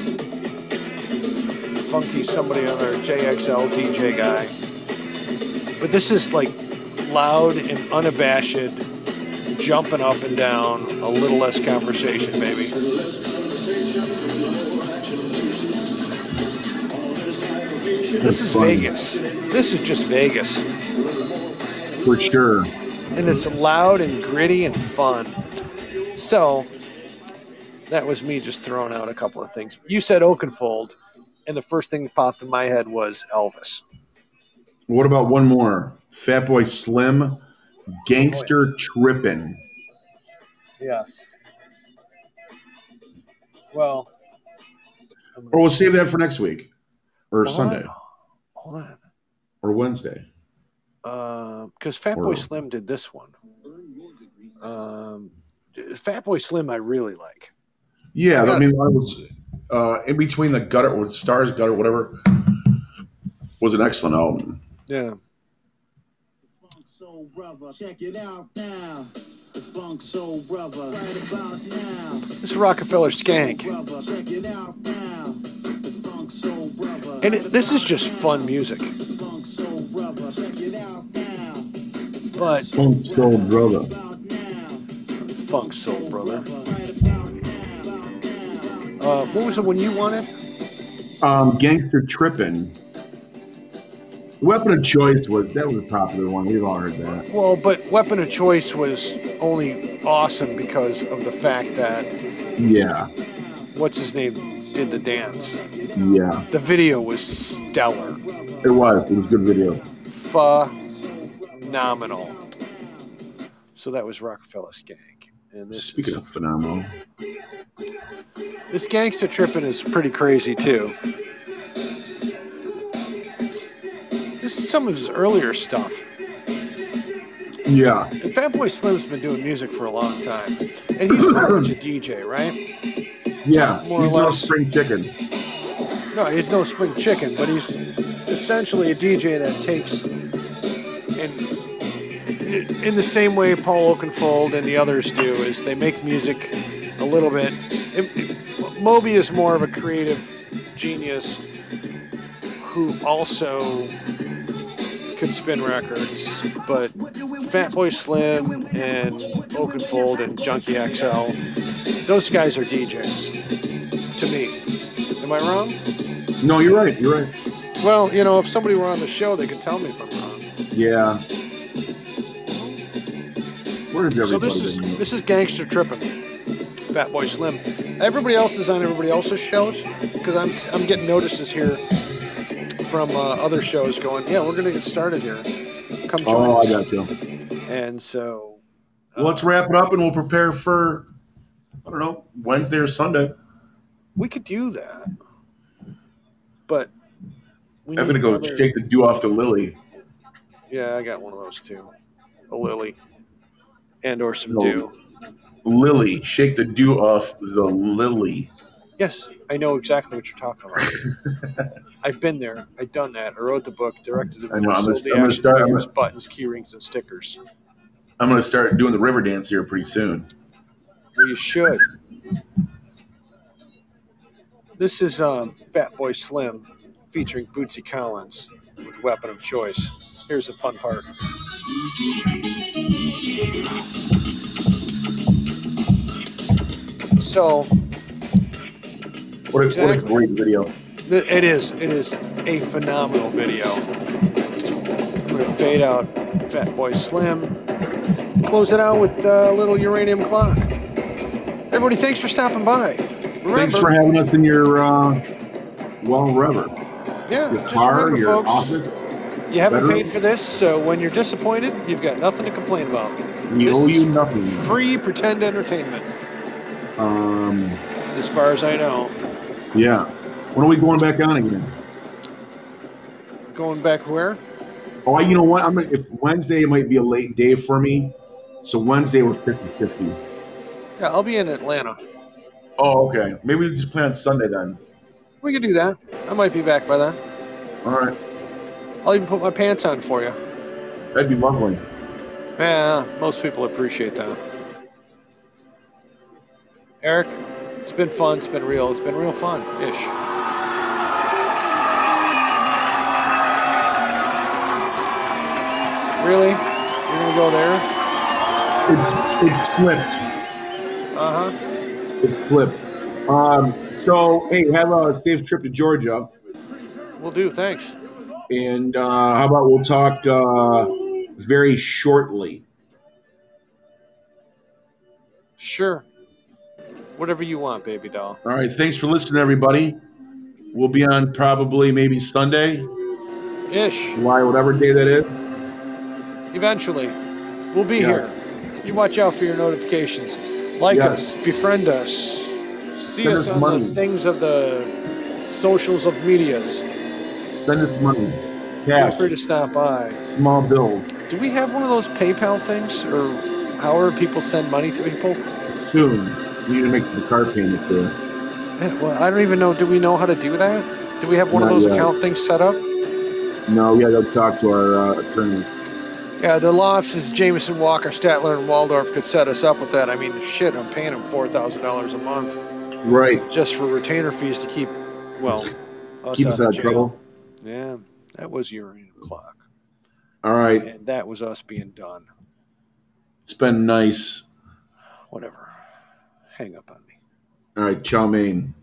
B: funky somebody other JXL DJ guy. But this is like loud and unabashed, jumping up and down, a little less conversation, baby. This is
A: fun.
B: Vegas. This is just Vegas.
A: For sure.
B: And it's loud and gritty and fun. So that was me just throwing out a couple of things. You said Oakenfold, and the first thing that popped in my head was Elvis.
A: What about one more? Fatboy Slim, Gangster Trippin'.
B: Yes. Well,
A: Or we'll save that for next week. Or
B: Hold
A: Sunday.
B: on. hold Um, on.
A: Or Wednesday.
B: because Fatboy
A: Or-
B: Slim did this one. Um, Fatboy Slim, I really like.
A: Yeah,
B: Yeah.
A: I mean I was uh, in between the gutter or stars gutter, whatever was an excellent album.
B: Yeah.
K: Funk Soul Brother, check it out now. The Funk Soul Brother, right about now.
B: This is Rockefeller Skank.
K: Brother, check it out now. The Funk Soul Brother,
B: And it, this is just fun music.
K: the Funk Soul Brother, check it out now.
B: But
A: Funk Soul Brother.
B: Funk Soul Brother. Uh, what was the one you wanted?
A: Um, Gangster Trippin'. Weapon of Choice was that was a popular one. We've all heard that.
B: Well, but Weapon of Choice was only awesome because of the fact that
A: Yeah,
B: what's his name did the dance.
A: yeah.
B: The video was stellar,
A: It was. It was a good video.
B: phenomenal. So that was Rockefeller Skank. And this
A: Speaking
B: is-
A: of phenomenal.
B: This gangster tripping is pretty crazy too. This is some of his earlier stuff.
A: Yeah.
B: And Fatboy Slim's been doing music for a long time, and he's pretty much a DJ, right?
A: Yeah.
B: More or
A: He's no
B: less.
A: spring chicken.
B: No, he's no spring chicken, but he's essentially a DJ that takes and in the same way Paul Oakenfold and the others do is they make music a little bit. It, it- Moby is more of a creative genius who also could spin records, but Fatboy Slim and Oakenfold and Junkie XL, those guys are DJs to me. Am I wrong?
A: No, you're right. You're right.
B: Well, you know, if somebody were on the show, they could tell me if I'm wrong.
A: Yeah. Where is everybody?
B: So this is
A: been?
B: this is gangster tripping, Fat Boy Slim. Everybody else is on everybody else's shows because I'm I'm getting notices here from uh, other shows going. Yeah, we're gonna get started here. Come join
A: oh, I
B: us.
A: got you.
B: And so Uh,
A: Well, let's wrap it up and we'll prepare for I don't know Wednesday or Sunday.
B: we could do that, but we
A: I'm gonna
B: need
A: go
B: another-
A: shake the dew off the lily.
B: Yeah, I got one of those too, a lily, and or some
A: No.
B: dew.
A: Lily, shake the dew off the lily.
B: Yes, I know exactly what you're talking about. I've been there. I've done that. I wrote the book, directed the
A: I know,
B: video,
A: I'm gonna-
B: sold the
A: I'm gonna
B: action
A: start- I'm
B: figures,
A: gonna-
B: buttons, key rings, and stickers.
A: I'm gonna start doing the river dance here pretty soon.
B: Well, you should. This is um, Fat Boy Slim featuring Bootsy Collins with Weapon of Choice. Here's the fun part. So
A: What a, what a
B: Exactly.
A: great video!
B: th- it is. It is a phenomenal video. I'm gonna fade out Fat Boy Slim. Close it out with uh, a little Uranium Clock. Everybody, thanks for stopping by. Remember,
A: Thanks for having us in your uh, well, wherever.
B: yeah,
A: Your
B: just
A: car,
B: remember,
A: your
B: folks,
A: office,
B: you haven't
A: bedroom.
B: paid for this, so when you're disappointed, you've got nothing to complain about.
A: and you
B: This
A: owe you
B: is
A: nothing.
B: Free pretend entertainment,
A: Um,
B: as far as I know.
A: yeah. When are we going back on again?
B: Going back where?
A: Oh, you know what? I'm gonna, if Wednesday might be a late day for me, so Wednesday we're 50-50.
B: Yeah, I'll be in Atlanta.
A: Oh, okay. Maybe we just plan on Sunday then.
B: We can do that. I might be back by then.
A: All right,
B: I'll even put my pants on for you.
A: that'd be lovely.
B: Yeah, most people appreciate that. Eric, it's been fun. It's been real. It's been real fun ish. Really? You're going to go there?
A: It's it slipped.
B: Uh huh.
A: It slipped. Um, so hey, have a safe trip to Georgia,
B: We'll do. Thanks.
A: and uh, how about we'll talk uh, very shortly.
B: Sure. Whatever you want, baby doll.
A: All right. Thanks for listening, everybody. We'll be on probably maybe Sunday,
B: Ish.
A: July, whatever day that is.
B: Eventually, we'll be
A: Yeah.
B: here. You watch out for your notifications. Like
A: Yeah.
B: us, befriend us, see
A: Send
B: us
A: us
B: on
A: money.
B: the things of the socials of medias.
A: Send us money,
B: Feel
A: cash,
B: free to stop by.
A: small bills
B: Do we have one of those PayPal things, or however people send money to people?
A: soon. We need to make some car payments here.
B: Yeah, Well, I don't even know. Do we know how to do that? Do we have one of
A: Not
B: those
A: yet.
B: account things set up?
A: No, we gotta go talk to our uh, attorneys.
B: Yeah, the law offices Jameson Walker, Statler, and Waldorf could set us up with that. I mean, shit, I'm paying them four thousand dollars a month.
A: Right.
B: just for retainer fees to keep, well, us
A: Keep us out of
B: jail.
A: trouble.
B: Yeah, that was uranium clock,
A: All right.
B: and that was us being done.
A: It's been nice.
B: Whatever. Hang up on me.
A: All right, chow mein,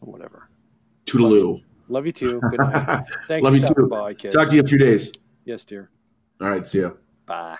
B: Whatever.
A: toodaloo.
B: Love you too. Good night. Thanks
A: Love
B: for
A: you
B: stopping
A: too.
B: by, kids.
A: Talk to you in a few days.
B: Yes, dear.
A: All right, see ya.
B: Bye.